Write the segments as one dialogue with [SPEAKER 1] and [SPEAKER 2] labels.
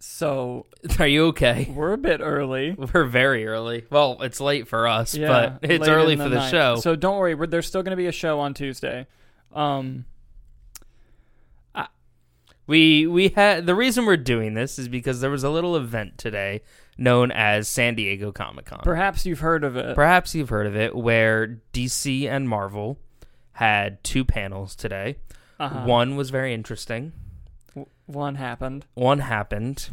[SPEAKER 1] So
[SPEAKER 2] Are you okay?
[SPEAKER 1] we're a bit early.
[SPEAKER 2] We're very early. Well, it's late for us,
[SPEAKER 1] Yeah,
[SPEAKER 2] but it's
[SPEAKER 1] late
[SPEAKER 2] early
[SPEAKER 1] in
[SPEAKER 2] for the
[SPEAKER 1] night.
[SPEAKER 2] show.
[SPEAKER 1] So don't worry, we're, there's still going to be a show on Tuesday. Um,
[SPEAKER 2] we we had the reason we're doing this is because there was a little event today known as San Diego Comic Con.
[SPEAKER 1] perhaps you've heard of it.
[SPEAKER 2] Uh, Perhaps you've heard of it, where DC and Marvel had two panels today.
[SPEAKER 1] Uh-huh.
[SPEAKER 2] One was very interesting.
[SPEAKER 1] W- one happened.
[SPEAKER 2] One happened,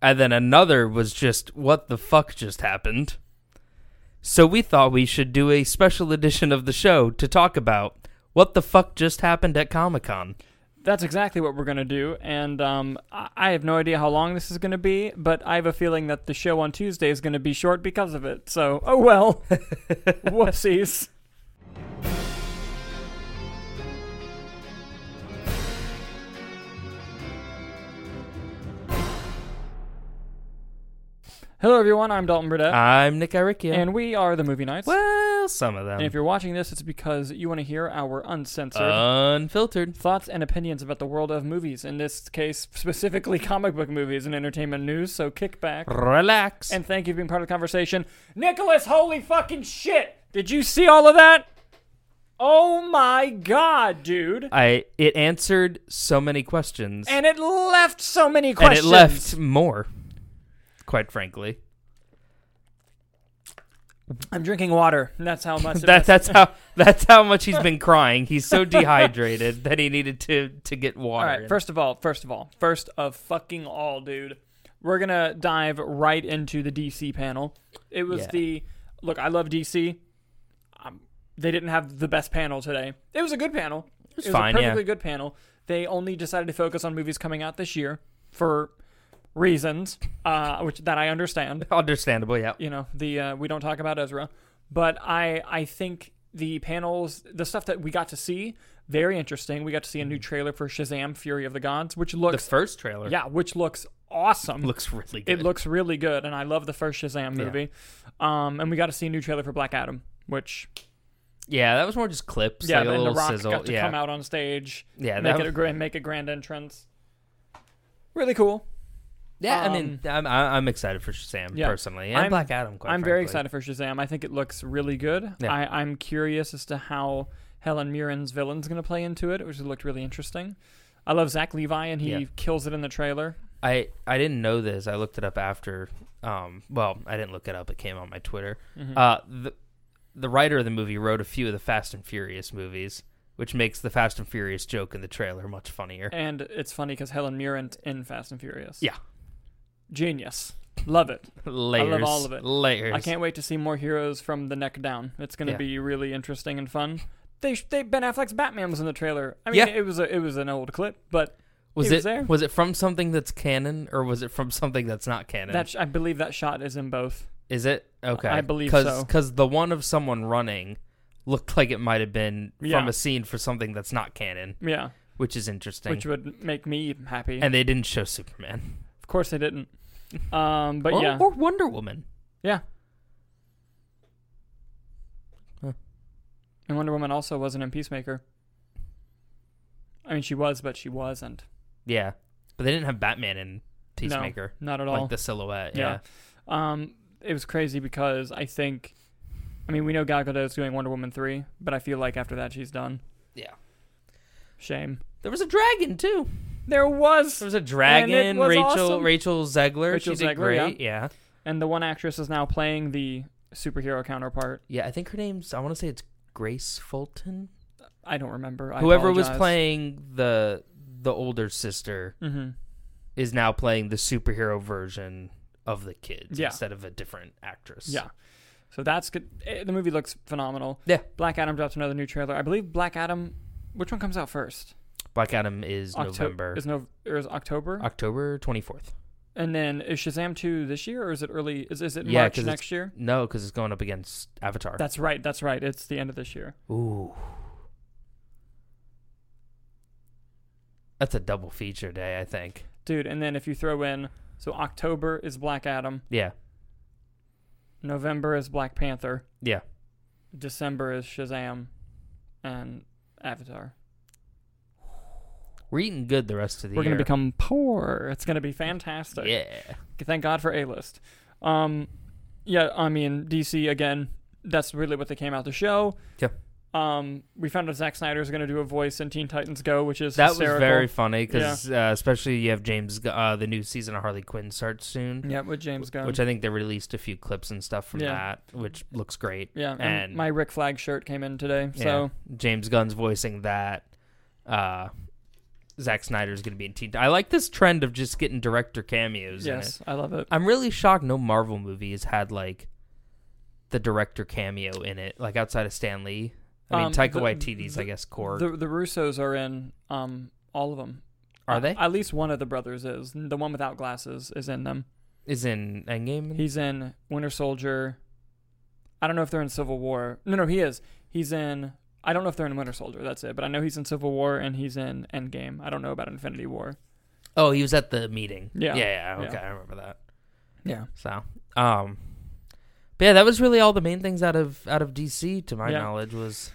[SPEAKER 2] and then another was just what the fuck just happened. So we thought we should do a special edition of the show to talk about what the fuck just happened at Comic Con.
[SPEAKER 1] That's exactly what we're going to do. And um, I-, I have no idea how long this is going to be, but I have a feeling that the show on Tuesday is going to be short because of it. So, oh well. Whoopsies. Hello, everyone. I'm Dalton Burdett.
[SPEAKER 2] I'm Nick Irikia.
[SPEAKER 1] and we are the Movie Nights.
[SPEAKER 2] well, some of
[SPEAKER 1] And
[SPEAKER 2] them
[SPEAKER 1] if you're watching this, it's because you want to hear our uncensored
[SPEAKER 2] Oh. unfiltered.
[SPEAKER 1] thoughts and opinions about the world of movies, in this case, specifically comic book movies and entertainment news. So kick back
[SPEAKER 2] Relax.
[SPEAKER 1] and thank you for being part of the conversation. Nicholas, holy fucking shit! Did you see all of that? Oh my god, dude.
[SPEAKER 2] I it answered so many questions.
[SPEAKER 1] And it left so many
[SPEAKER 2] and
[SPEAKER 1] questions.
[SPEAKER 2] it left more, quite frankly.
[SPEAKER 1] I'm drinking water. and That's how much. it left.
[SPEAKER 2] That that's how that's how much he's been crying. He's so dehydrated that he needed to to get
[SPEAKER 1] All
[SPEAKER 2] water.
[SPEAKER 1] right.
[SPEAKER 2] in.
[SPEAKER 1] First of all, first of all, first of fucking all, dude. We're gonna dive right into the DC panel. It was
[SPEAKER 2] Yeah.
[SPEAKER 1] the look. I love DC. Um, they didn't have the best panel today. It was a good panel. It was
[SPEAKER 2] fine,
[SPEAKER 1] a
[SPEAKER 2] yeah.
[SPEAKER 1] perfectly good panel. They only decided to focus on movies coming out this year for reasons, uh, which that I understand
[SPEAKER 2] understandable, yeah.
[SPEAKER 1] you know the uh, we don't talk about Ezra, but I I think the panels the stuff that we got to see very interesting. We got to see a new trailer for Shazam: Fury of the Gods, which
[SPEAKER 2] Mm-hmm. The
[SPEAKER 1] looks
[SPEAKER 2] first trailer
[SPEAKER 1] yeah, which looks awesome.
[SPEAKER 2] looks really good.
[SPEAKER 1] it looks really good, and I love the first Shazam
[SPEAKER 2] Yeah.
[SPEAKER 1] movie. Um, and we got to see a new trailer for Black Adam, which
[SPEAKER 2] yeah, that was more just clips,
[SPEAKER 1] yeah,
[SPEAKER 2] like a
[SPEAKER 1] and
[SPEAKER 2] little
[SPEAKER 1] the Rock
[SPEAKER 2] sizzle.
[SPEAKER 1] got to
[SPEAKER 2] yeah.
[SPEAKER 1] come out on stage,
[SPEAKER 2] Yeah,
[SPEAKER 1] make
[SPEAKER 2] that
[SPEAKER 1] it a grand make a grand entrance. Really cool.
[SPEAKER 2] yeah, I
[SPEAKER 1] um,
[SPEAKER 2] mean, I'm I- I'm excited for Shazam
[SPEAKER 1] Yeah.
[SPEAKER 2] personally, and
[SPEAKER 1] I'm-
[SPEAKER 2] Black Adam. Quite
[SPEAKER 1] I'm very
[SPEAKER 2] frankly.
[SPEAKER 1] excited for Shazam. I think it looks really good.
[SPEAKER 2] Yeah.
[SPEAKER 1] I, I'm curious as to how Helen Mirren's villain's going to play into it, which looked really interesting. I love Zach Levi, and he
[SPEAKER 2] Yeah.
[SPEAKER 1] kills it in the trailer.
[SPEAKER 2] I I didn't know this. I looked it up after. Um, well, I didn't look it up. It came on my Twitter.
[SPEAKER 1] Mm-hmm.
[SPEAKER 2] Uh, the the writer of the movie wrote a few of the Fast and Furious movies, which makes the Fast and Furious joke in the trailer much funnier.
[SPEAKER 1] And it's funny because Helen Mirren's in Fast and Furious.
[SPEAKER 2] Yeah.
[SPEAKER 1] Genius. Love it.
[SPEAKER 2] layers,
[SPEAKER 1] all of it.
[SPEAKER 2] Layers.
[SPEAKER 1] I can't wait to see more heroes from the neck down. It's going to
[SPEAKER 2] Yeah.
[SPEAKER 1] be really interesting and fun. They, they Ben Affleck's Batman was in the trailer. I mean,
[SPEAKER 2] Yeah.
[SPEAKER 1] it was a, it was an old clip, but
[SPEAKER 2] Was
[SPEAKER 1] he was
[SPEAKER 2] it
[SPEAKER 1] there.
[SPEAKER 2] was it from something that's canon or was it from something that's not canon?
[SPEAKER 1] that sh- I believe that shot is in both.
[SPEAKER 2] Is it okay?
[SPEAKER 1] I believe so.
[SPEAKER 2] Because the one of someone running looked like it might have been
[SPEAKER 1] Yeah.
[SPEAKER 2] from a scene for something that's not canon,
[SPEAKER 1] Yeah,
[SPEAKER 2] which is interesting.
[SPEAKER 1] which would make me happy.
[SPEAKER 2] and they didn't show Superman.
[SPEAKER 1] Of course they didn't. Um, but
[SPEAKER 2] or,
[SPEAKER 1] yeah,
[SPEAKER 2] or Wonder Woman.
[SPEAKER 1] yeah.
[SPEAKER 2] Huh.
[SPEAKER 1] And Wonder Woman also wasn't in Peacemaker. I mean, she was, but she wasn't.
[SPEAKER 2] Yeah, but they didn't have Batman in Peacemaker,
[SPEAKER 1] No, not at all.
[SPEAKER 2] like the silhouette.
[SPEAKER 1] Yeah.
[SPEAKER 2] Yeah,
[SPEAKER 1] um, it was crazy because I think, I mean, we know Gal Gadot is doing Wonder Woman three, but I feel like after that she's done.
[SPEAKER 2] Yeah.
[SPEAKER 1] Shame.
[SPEAKER 2] there was a dragon too.
[SPEAKER 1] There was,
[SPEAKER 2] There was a dragon.
[SPEAKER 1] was
[SPEAKER 2] Rachel
[SPEAKER 1] awesome.
[SPEAKER 2] Rachel Zegler.
[SPEAKER 1] Rachel
[SPEAKER 2] she did
[SPEAKER 1] Zegler,
[SPEAKER 2] great. Yeah. yeah,
[SPEAKER 1] and the one actress is now playing the superhero counterpart.
[SPEAKER 2] I think her name's. I want to say it's Grace Fulton.
[SPEAKER 1] I don't remember. I
[SPEAKER 2] Whoever was
[SPEAKER 1] apologize.
[SPEAKER 2] playing the the older sister
[SPEAKER 1] Mhm.
[SPEAKER 2] is now playing the superhero version of the kids
[SPEAKER 1] Yeah.
[SPEAKER 2] instead of a different actress.
[SPEAKER 1] Yeah. So that's good. Eh, The movie looks phenomenal.
[SPEAKER 2] Yeah.
[SPEAKER 1] Black Adam drops another new trailer. I believe Black Adam. Which one comes out first?
[SPEAKER 2] Black Adam is
[SPEAKER 1] Octo-
[SPEAKER 2] November
[SPEAKER 1] Is no or is October?
[SPEAKER 2] October twenty fourth.
[SPEAKER 1] and then is Shazam two this year or is it early? Is is it
[SPEAKER 2] Yeah,
[SPEAKER 1] March
[SPEAKER 2] 'cause it's-
[SPEAKER 1] next year?
[SPEAKER 2] No, because it's going up against Avatar.
[SPEAKER 1] That's right. That's right. It's the end of this year.
[SPEAKER 2] Ooh. That's a double feature day, I think.
[SPEAKER 1] Dude, and then if you throw in so October is Black Adam,
[SPEAKER 2] Yeah.
[SPEAKER 1] November is Black Panther,
[SPEAKER 2] Yeah.
[SPEAKER 1] December is Shazam and Avatar.
[SPEAKER 2] We're eating good the rest of the
[SPEAKER 1] We're
[SPEAKER 2] year.
[SPEAKER 1] going to become poor. It's going to be fantastic.
[SPEAKER 2] yeah.
[SPEAKER 1] Thank God for A list. Um, yeah, I mean DC again. That's really what they came out to show.
[SPEAKER 2] Yeah.
[SPEAKER 1] Um, we found out Zack Snyder is going to do a voice in Teen Titans Go, which is
[SPEAKER 2] That
[SPEAKER 1] hysterical.
[SPEAKER 2] was very funny because uh, especially you have James. Gu- Uh, the new season of Harley Quinn starts soon,
[SPEAKER 1] yeah with James Gunn.
[SPEAKER 2] which I think they released a few clips and stuff from
[SPEAKER 1] Yeah.
[SPEAKER 2] that, which looks great.
[SPEAKER 1] yeah, and,
[SPEAKER 2] and-
[SPEAKER 1] my Rick Flag shirt came in today,
[SPEAKER 2] Yeah.
[SPEAKER 1] so
[SPEAKER 2] James Gunn's voicing that. Uh, Zack Snyder's going to be in Teen. I like this trend of just getting director cameos. in it.
[SPEAKER 1] yes, I love it.
[SPEAKER 2] I'm really shocked no Marvel movie has had like the director cameo in it, like outside of Stan Lee. I mean,
[SPEAKER 1] Um,
[SPEAKER 2] Taika
[SPEAKER 1] the-
[SPEAKER 2] Waititi's, I
[SPEAKER 1] the-
[SPEAKER 2] guess, core.
[SPEAKER 1] The the Russos are in um all of them.
[SPEAKER 2] Are they?
[SPEAKER 1] At least one of the brothers is. The one without glasses is in them.
[SPEAKER 2] is in Endgame.
[SPEAKER 1] He's in Winter Soldier. I don't know if they're in Civil War. No, no, he is. He's in. I don't know if they're in Winter Soldier. That's it. But I know he's in Civil War and he's in Endgame. I don't know about Infinity War.
[SPEAKER 2] oh, he was at the meeting.
[SPEAKER 1] Yeah.
[SPEAKER 2] Yeah.
[SPEAKER 1] Yeah.
[SPEAKER 2] okay, I remember that.
[SPEAKER 1] Yeah.
[SPEAKER 2] So, um, but yeah, that was really all the main things out of out of DC, to my
[SPEAKER 1] Yeah.
[SPEAKER 2] knowledge, was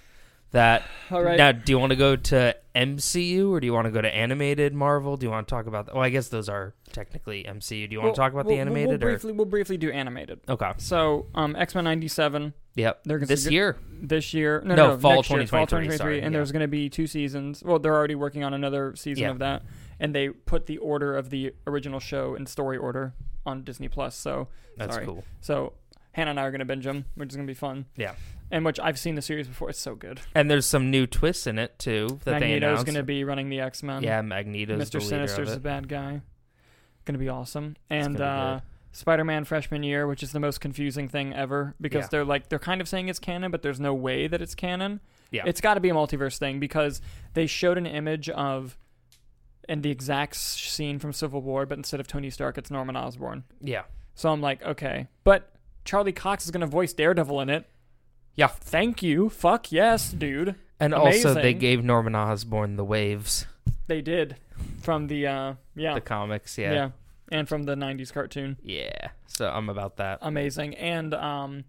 [SPEAKER 2] that.
[SPEAKER 1] All right.
[SPEAKER 2] Now, do you want to go to MCU or do you want to go to animated Marvel? Do you want to talk about? Well, I guess those are technically MCU. Do you want
[SPEAKER 1] We'll-
[SPEAKER 2] to talk about
[SPEAKER 1] we'll-
[SPEAKER 2] the
[SPEAKER 1] we'll-
[SPEAKER 2] animated
[SPEAKER 1] We'll, briefly, we'll briefly do animated.
[SPEAKER 2] or? Okay.
[SPEAKER 1] So, um, X Men '97.
[SPEAKER 2] Yep.
[SPEAKER 1] They're
[SPEAKER 2] This
[SPEAKER 1] consider-
[SPEAKER 2] year.
[SPEAKER 1] This year. No,
[SPEAKER 2] No,
[SPEAKER 1] no, no,
[SPEAKER 2] fall
[SPEAKER 1] next year, fall
[SPEAKER 2] 2023,
[SPEAKER 1] 2023.
[SPEAKER 2] sorry,
[SPEAKER 1] and
[SPEAKER 2] yeah.
[SPEAKER 1] there's going to be two seasons. Well, they're already working on another season
[SPEAKER 2] Yeah.
[SPEAKER 1] of that, and they put the order of the original show in story order on Disney Plus. So
[SPEAKER 2] That's
[SPEAKER 1] Sorry.
[SPEAKER 2] cool.
[SPEAKER 1] So Hannah and I are going to binge them, which is going to be fun.
[SPEAKER 2] Yeah.
[SPEAKER 1] And which I've seen the series before. It's so good.
[SPEAKER 2] And there's some new twists in it too that they
[SPEAKER 1] Magneto's
[SPEAKER 2] announced.
[SPEAKER 1] going to be running the X Men.
[SPEAKER 2] yeah, Magneto's the
[SPEAKER 1] Mr.
[SPEAKER 2] leader
[SPEAKER 1] Sinister's
[SPEAKER 2] of
[SPEAKER 1] a
[SPEAKER 2] it.
[SPEAKER 1] bad guy. Going to be awesome. And
[SPEAKER 2] gonna be
[SPEAKER 1] uh, Spider Man freshman year, which is the most confusing thing ever because
[SPEAKER 2] Yeah.
[SPEAKER 1] they're like, they're kind of saying it's canon, but there's no way that it's canon.
[SPEAKER 2] Yeah.
[SPEAKER 1] It's got to be a multiverse thing because they showed an image of. And the exact s- scene from Civil War, but instead of Tony Stark, it's Norman Osborn.
[SPEAKER 2] Yeah,
[SPEAKER 1] So I'm like, okay. But Charlie Cox is going to voice Daredevil in it.
[SPEAKER 2] Yeah.
[SPEAKER 1] Thank you. Fuck yes, dude.
[SPEAKER 2] and also they
[SPEAKER 1] Amazing.
[SPEAKER 2] gave Norman Osborn the waves,
[SPEAKER 1] They did. From the, uh, yeah.
[SPEAKER 2] the comics.
[SPEAKER 1] yeah.
[SPEAKER 2] Yeah. yeah,
[SPEAKER 1] And from the 90s cartoon.
[SPEAKER 2] So I'm about that.
[SPEAKER 1] Amazing. And, um,.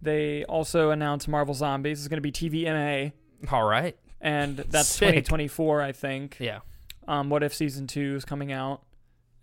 [SPEAKER 1] They also announced Marvel Zombies is going to be TVMA,
[SPEAKER 2] All right.
[SPEAKER 1] and that's
[SPEAKER 2] Sick.
[SPEAKER 1] 2024, I think.
[SPEAKER 2] Yeah.
[SPEAKER 1] Um, what if season two is coming out?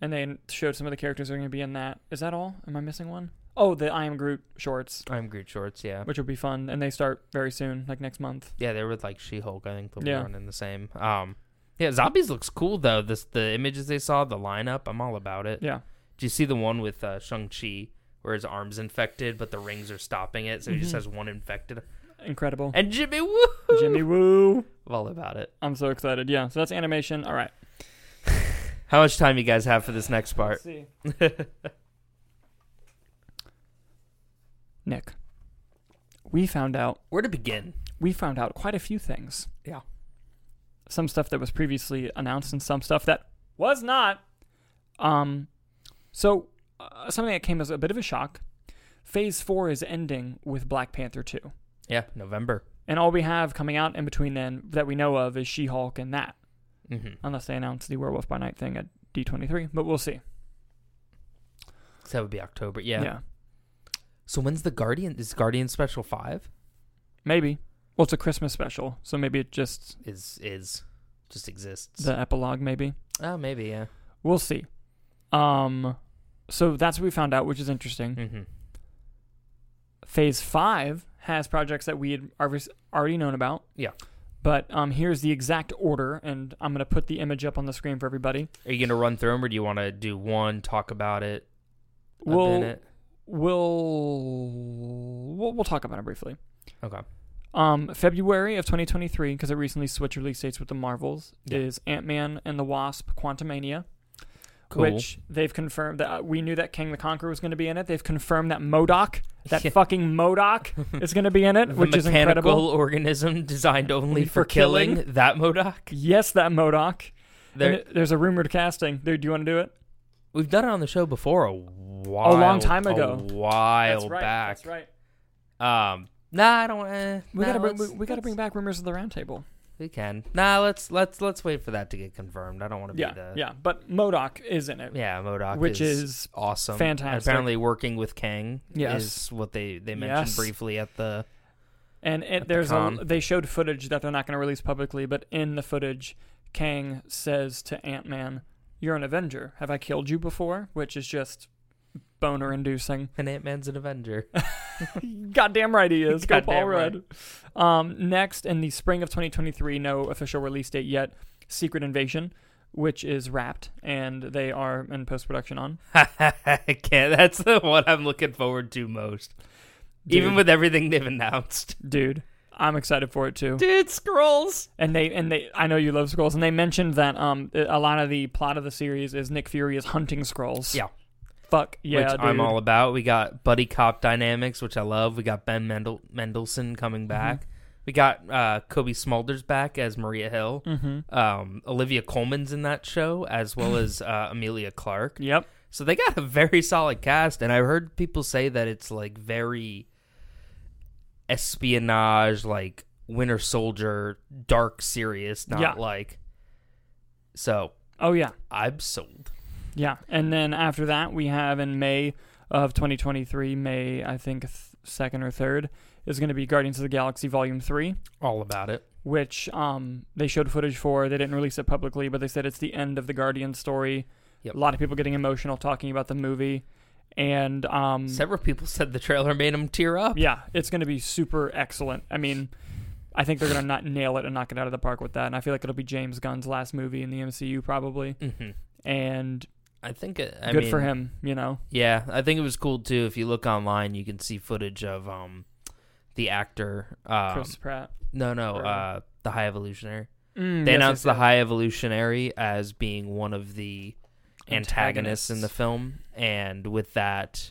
[SPEAKER 1] And they showed some of the characters that are going to be in that. Is that all? Am I missing one? Oh, the I Am Groot shorts,
[SPEAKER 2] I'm Groot shorts. Yeah.
[SPEAKER 1] which will be fun, and they start very soon, like next month.
[SPEAKER 2] Yeah, they were like She-Hulk. I think they'll
[SPEAKER 1] Yeah.
[SPEAKER 2] be running the same. Um, yeah, zombies looks cool though. This the images they saw, the lineup. I'm all about it.
[SPEAKER 1] Yeah.
[SPEAKER 2] Do you see the one with uh, Shang Chi where his arm's infected, but the rings are stopping it, so he just
[SPEAKER 1] Mhm.
[SPEAKER 2] has one infected.
[SPEAKER 1] Incredible.
[SPEAKER 2] And Jimmy Woo.
[SPEAKER 1] Jimmy Woo.
[SPEAKER 2] I'm all about it.
[SPEAKER 1] I'm so excited. Yeah. So that's animation. All right.
[SPEAKER 2] How much time you guys have for this next part?
[SPEAKER 1] Let's see. Nick, we found out
[SPEAKER 2] Where to begin?
[SPEAKER 1] we found out quite a few things.
[SPEAKER 2] Yeah.
[SPEAKER 1] Some stuff that was previously announced and some stuff that was not. Um, so uh, something that came as a bit of a shock. Phase four is ending with Black Panther two,
[SPEAKER 2] Yeah, November.
[SPEAKER 1] and all we have coming out in between then that we know of is She Hulk and that.
[SPEAKER 2] Mm-hmm.
[SPEAKER 1] unless they announce the werewolf by night thing at D23, but we'll see.
[SPEAKER 2] So that would be October. Yeah. So when's the Guardian? Is Guardian Special Five?
[SPEAKER 1] Maybe. Well, it's a Christmas special, so maybe it just
[SPEAKER 2] Is is just exists?
[SPEAKER 1] the epilogue maybe.
[SPEAKER 2] oh, maybe. Yeah.
[SPEAKER 1] We'll see. Um so that's what we found out, which is interesting.
[SPEAKER 2] Mm-hmm.
[SPEAKER 1] Phase 5 has projects that we had alre- already known about.
[SPEAKER 2] Yeah.
[SPEAKER 1] But um here's the exact order and I'm going to put the image up on the screen for everybody.
[SPEAKER 2] Are you gonna run through them, or do you want to do one, talk about it? a
[SPEAKER 1] We'll
[SPEAKER 2] minute?
[SPEAKER 1] we'll we'll we'll talk about it briefly.
[SPEAKER 2] Okay.
[SPEAKER 1] Um, February of 2023, because it recently switched release dates with the Marvels,
[SPEAKER 2] Yeah.
[SPEAKER 1] is Ant Man and the Wasp: Quantumania,
[SPEAKER 2] Cool.
[SPEAKER 1] which they've confirmed that uh, we knew that King the Conqueror was going to be in it. They've confirmed that Modoc, that
[SPEAKER 2] Yeah.
[SPEAKER 1] fucking Modoc, is going to be in it,
[SPEAKER 2] the
[SPEAKER 1] which is
[SPEAKER 2] mechanical
[SPEAKER 1] incredible.
[SPEAKER 2] organism designed only
[SPEAKER 1] Only
[SPEAKER 2] for,
[SPEAKER 1] for
[SPEAKER 2] killing, that Modoc.
[SPEAKER 1] Yes, that Modoc. And
[SPEAKER 2] There,
[SPEAKER 1] it- there's a rumored casting. Dude, do you want to do it?
[SPEAKER 2] we've done it on the show before a while,
[SPEAKER 1] time
[SPEAKER 2] a
[SPEAKER 1] ago.
[SPEAKER 2] while
[SPEAKER 1] That's right.
[SPEAKER 2] back.
[SPEAKER 1] That's right.
[SPEAKER 2] Um, nah, I don't. Eh,
[SPEAKER 1] We
[SPEAKER 2] nah,
[SPEAKER 1] gotta bring, we,
[SPEAKER 2] let's-
[SPEAKER 1] we gotta bring
[SPEAKER 2] let's-
[SPEAKER 1] back rumors of the roundtable.
[SPEAKER 2] We can. Nah, let's let's let's wait for that to get confirmed. I don't want to
[SPEAKER 1] Yeah,
[SPEAKER 2] be the
[SPEAKER 1] yeah. But Modoc is in it,
[SPEAKER 2] yeah Modoc,
[SPEAKER 1] which is
[SPEAKER 2] awesome, And
[SPEAKER 1] fantastic.
[SPEAKER 2] apparently, working with Kang
[SPEAKER 1] Yes.
[SPEAKER 2] is what they they mentioned
[SPEAKER 1] Yes.
[SPEAKER 2] briefly at the
[SPEAKER 1] And
[SPEAKER 2] the
[SPEAKER 1] it, there's a,
[SPEAKER 2] con.
[SPEAKER 1] they showed footage that they're not going to release publicly, but in the footage, Kang says to Ant Man, You're an Avenger. Have I killed you before? Which is just boner inducing.
[SPEAKER 2] And Ant Man's an Avenger.
[SPEAKER 1] Goddamn right he is. Go
[SPEAKER 2] Goddamn
[SPEAKER 1] Paul
[SPEAKER 2] right.
[SPEAKER 1] Rudd. Um, next, in the spring of 2023, no official release date yet, Secret Invasion, which is wrapped and they are in post production on.
[SPEAKER 2] Can't, that's the one I'm looking forward to most. Even
[SPEAKER 1] Dude.
[SPEAKER 2] with everything they've announced.
[SPEAKER 1] Dude, I'm excited for it too.
[SPEAKER 2] Dude, scrolls.
[SPEAKER 1] And they and they I know you love scrolls and they mentioned that um a lot of the plot of the series is Nick Fury is hunting scrolls.
[SPEAKER 2] Yeah.
[SPEAKER 1] Fuck yeah,
[SPEAKER 2] which
[SPEAKER 1] dude.
[SPEAKER 2] I'm all about. We got buddy cop dynamics, which I love. We got Ben Mendel- Mendelsohn coming back. We got uh, Kobe Smulders back as Maria Hill.
[SPEAKER 1] Mhm.
[SPEAKER 2] Um, Olivia Coleman's in that show, as well as uh, Amelia Clark.
[SPEAKER 1] Yep.
[SPEAKER 2] So they got a very solid cast, and I heard people say that it's like very espionage, like Winter Soldier, dark, serious, not
[SPEAKER 1] Yeah.
[SPEAKER 2] like. So
[SPEAKER 1] Oh yeah.
[SPEAKER 2] I'm sold.
[SPEAKER 1] Yeah. And then after that, we have in May of 2023, May, I think, th- second or third, is going to be Guardians of the Galaxy Volume 3,
[SPEAKER 2] All about it.
[SPEAKER 1] which um, they showed footage for. They didn't release it publicly, but they said it's the end of the Guardian story.
[SPEAKER 2] Yep.
[SPEAKER 1] A lot of people getting emotional talking about the movie. And um,
[SPEAKER 2] Several people said the trailer made them tear up.
[SPEAKER 1] yeah, it's going to be super excellent. I mean, I think they're going to not nail it and knock it out of the park with that. And I feel like it'll be James Gunn's last movie in the MCU, probably.
[SPEAKER 2] hmm
[SPEAKER 1] And
[SPEAKER 2] I think it, I
[SPEAKER 1] good
[SPEAKER 2] mean,
[SPEAKER 1] for him, you know?
[SPEAKER 2] Yeah, I think it was cool too. If you look online, you can see footage of um the actor. Um,
[SPEAKER 1] Chris Pratt.
[SPEAKER 2] no, no,
[SPEAKER 1] or-
[SPEAKER 2] uh, the High Evolutionary.
[SPEAKER 1] Mm,
[SPEAKER 2] They
[SPEAKER 1] yes,
[SPEAKER 2] announced
[SPEAKER 1] yes,
[SPEAKER 2] the
[SPEAKER 1] yes.
[SPEAKER 2] High Evolutionary as being one of the antagonists in the
[SPEAKER 1] Antagonists.
[SPEAKER 2] film, and with that,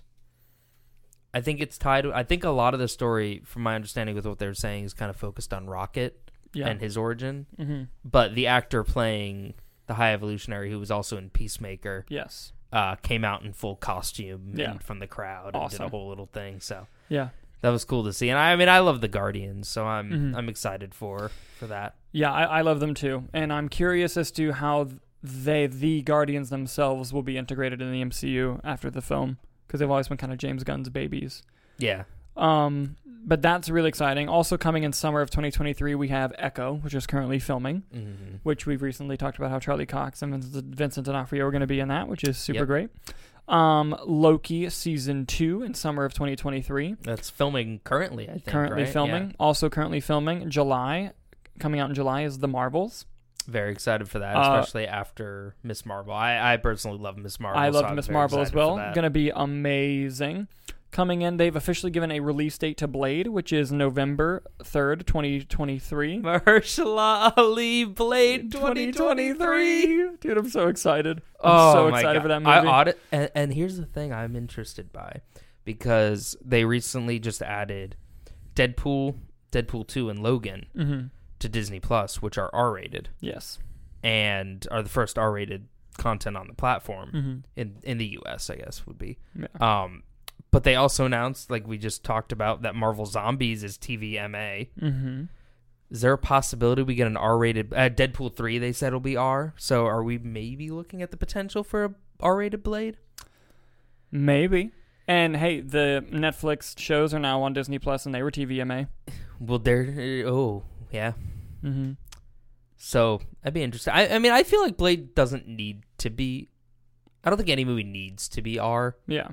[SPEAKER 2] I think it's tied. I think a lot of the story, from my understanding, with what they're saying, is kind of focused on Rocket
[SPEAKER 1] yeah.
[SPEAKER 2] and his origin.
[SPEAKER 1] mm-hmm.
[SPEAKER 2] But the actor playing the High Evolutionary, who was also in Peacemaker,
[SPEAKER 1] Yes.
[SPEAKER 2] uh, came out in full costume
[SPEAKER 1] Yeah.
[SPEAKER 2] and from the crowd and did
[SPEAKER 1] Awesome.
[SPEAKER 2] a whole little thing. So
[SPEAKER 1] Yeah.
[SPEAKER 2] that was cool to see. And I, I mean, I love the Guardians, so I'm
[SPEAKER 1] Mhm.
[SPEAKER 2] I'm excited for for that.
[SPEAKER 1] Yeah, I, I love them too. And I'm curious as to how th- they, the Guardians themselves, will be integrated in the MCU after the film because they've always been kind of James Gunn's babies.
[SPEAKER 2] Yeah,
[SPEAKER 1] Um, but that's really exciting. Also, coming in summer of 2023, we have Echo, which is currently filming,
[SPEAKER 2] mm-hmm.
[SPEAKER 1] which we've recently talked about how Charlie Cox and Vincent, Vincent D'Onofrio are going to be in that, which is super
[SPEAKER 2] Yep.
[SPEAKER 1] great. Um, Loki season two in summer of 2023.
[SPEAKER 2] that's filming currently. I think
[SPEAKER 1] currently
[SPEAKER 2] right? Yeah.
[SPEAKER 1] filming. Also currently filming. July coming out in July is The Marvels.
[SPEAKER 2] Very excited for that,
[SPEAKER 1] Uh,
[SPEAKER 2] especially after Miss Marvel. I, I personally love Miss Marvel.
[SPEAKER 1] I
[SPEAKER 2] so
[SPEAKER 1] love
[SPEAKER 2] I'm
[SPEAKER 1] Miss
[SPEAKER 2] very
[SPEAKER 1] Marvel as
[SPEAKER 2] excited for
[SPEAKER 1] well.
[SPEAKER 2] that.
[SPEAKER 1] Going to be amazing. Coming in, they've officially given a release date to Blade, which is November third, twenty twenty three.
[SPEAKER 2] Mahershala Ali Blade 2023.
[SPEAKER 1] Dude, I'm so excited. I'm
[SPEAKER 2] oh,
[SPEAKER 1] so
[SPEAKER 2] my
[SPEAKER 1] excited
[SPEAKER 2] God.
[SPEAKER 1] for that
[SPEAKER 2] I
[SPEAKER 1] movie.
[SPEAKER 2] audit, and, and here's the thing I'm interested by because they recently just added Deadpool, Deadpool 2, and Logan
[SPEAKER 1] mm-hmm.
[SPEAKER 2] to Disney Plus, which are R rated
[SPEAKER 1] Yes.
[SPEAKER 2] and are the first R rated content on the platform
[SPEAKER 1] Mm-hmm.
[SPEAKER 2] in, in the US, I guess would be.
[SPEAKER 1] Yeah.
[SPEAKER 2] Um, but they also announced, like we just talked about, that Marvel Zombies is TVMA.
[SPEAKER 1] Mm-hmm.
[SPEAKER 2] Is there a possibility we get an R-rated uh, Deadpool three? They said will be R. So are we maybe looking at the potential for a R-rated Blade?
[SPEAKER 1] Maybe. And hey, the Netflix shows are now on Disney Plus, and they were TVMA.
[SPEAKER 2] Well, there. Oh, yeah.
[SPEAKER 1] Mm-hmm.
[SPEAKER 2] So I'd be interested. I, I mean, I feel like Blade doesn't need to be. I don't think any movie needs to be R.
[SPEAKER 1] Yeah.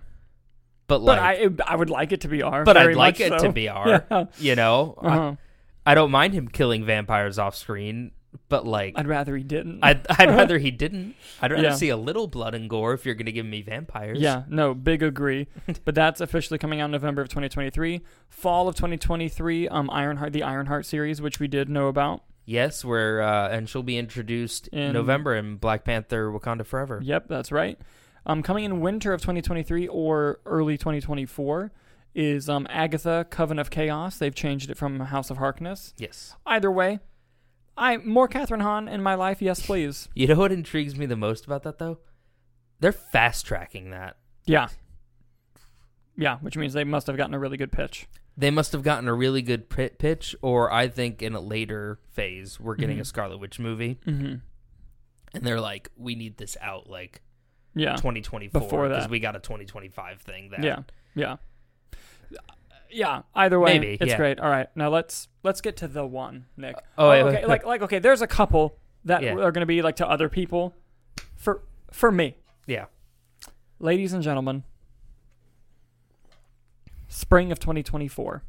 [SPEAKER 2] But
[SPEAKER 1] But
[SPEAKER 2] like,
[SPEAKER 1] I it- I would like it to be R.
[SPEAKER 2] but
[SPEAKER 1] very
[SPEAKER 2] I'd like
[SPEAKER 1] much
[SPEAKER 2] it
[SPEAKER 1] so.
[SPEAKER 2] to be R.
[SPEAKER 1] Yeah.
[SPEAKER 2] You know,
[SPEAKER 1] Uh-huh.
[SPEAKER 2] I, I don't mind him killing vampires off screen, but like,
[SPEAKER 1] I'd rather he didn't.
[SPEAKER 2] I'd, I'd rather he didn't. I'd rather
[SPEAKER 1] Yeah.
[SPEAKER 2] see a little blood and gore if you're going to give me vampires.
[SPEAKER 1] Yeah, no, big agree. but that's officially coming out in November of 2023. Fall of 2023, um, Ironheart, the Ironheart series, which we did know about.
[SPEAKER 2] Yes, where uh, and she'll be introduced in
[SPEAKER 1] In-
[SPEAKER 2] November in Black Panther: Wakanda Forever.
[SPEAKER 1] Yep, that's right. Um, coming in winter of 2023 or early 2024 is um, Agatha, Coven of Chaos. They've changed it from House of Harkness.
[SPEAKER 2] Yes.
[SPEAKER 1] Either way, I more Catherine Hahn in my life. Yes, please.
[SPEAKER 2] You know what intrigues me the most about that though? They're fast tracking that.
[SPEAKER 1] Yeah. Yeah, which means they must have gotten a really good pitch.
[SPEAKER 2] They must have gotten a really good pi- pitch, or I think in a later phase we're getting a
[SPEAKER 1] Mhm.
[SPEAKER 2] Scarlet Witch movie,
[SPEAKER 1] Mm-hmm.
[SPEAKER 2] and they're like, "We need this out like
[SPEAKER 1] Yeah.
[SPEAKER 2] 2024
[SPEAKER 1] Uh, Before
[SPEAKER 2] because
[SPEAKER 1] that.
[SPEAKER 2] we got a 2025 thing." That
[SPEAKER 1] Yeah, yeah, yeah. Either way,
[SPEAKER 2] Maybe,
[SPEAKER 1] it's
[SPEAKER 2] yeah.
[SPEAKER 1] great. All right, now let's let's get to the one, Nick.
[SPEAKER 2] oh, wait,
[SPEAKER 1] okay.
[SPEAKER 2] wait.
[SPEAKER 1] like like okay, there's a couple that
[SPEAKER 2] Yeah.
[SPEAKER 1] are going to be like to other people. For for me,
[SPEAKER 2] Yeah.
[SPEAKER 1] ladies and gentlemen, spring of 2024.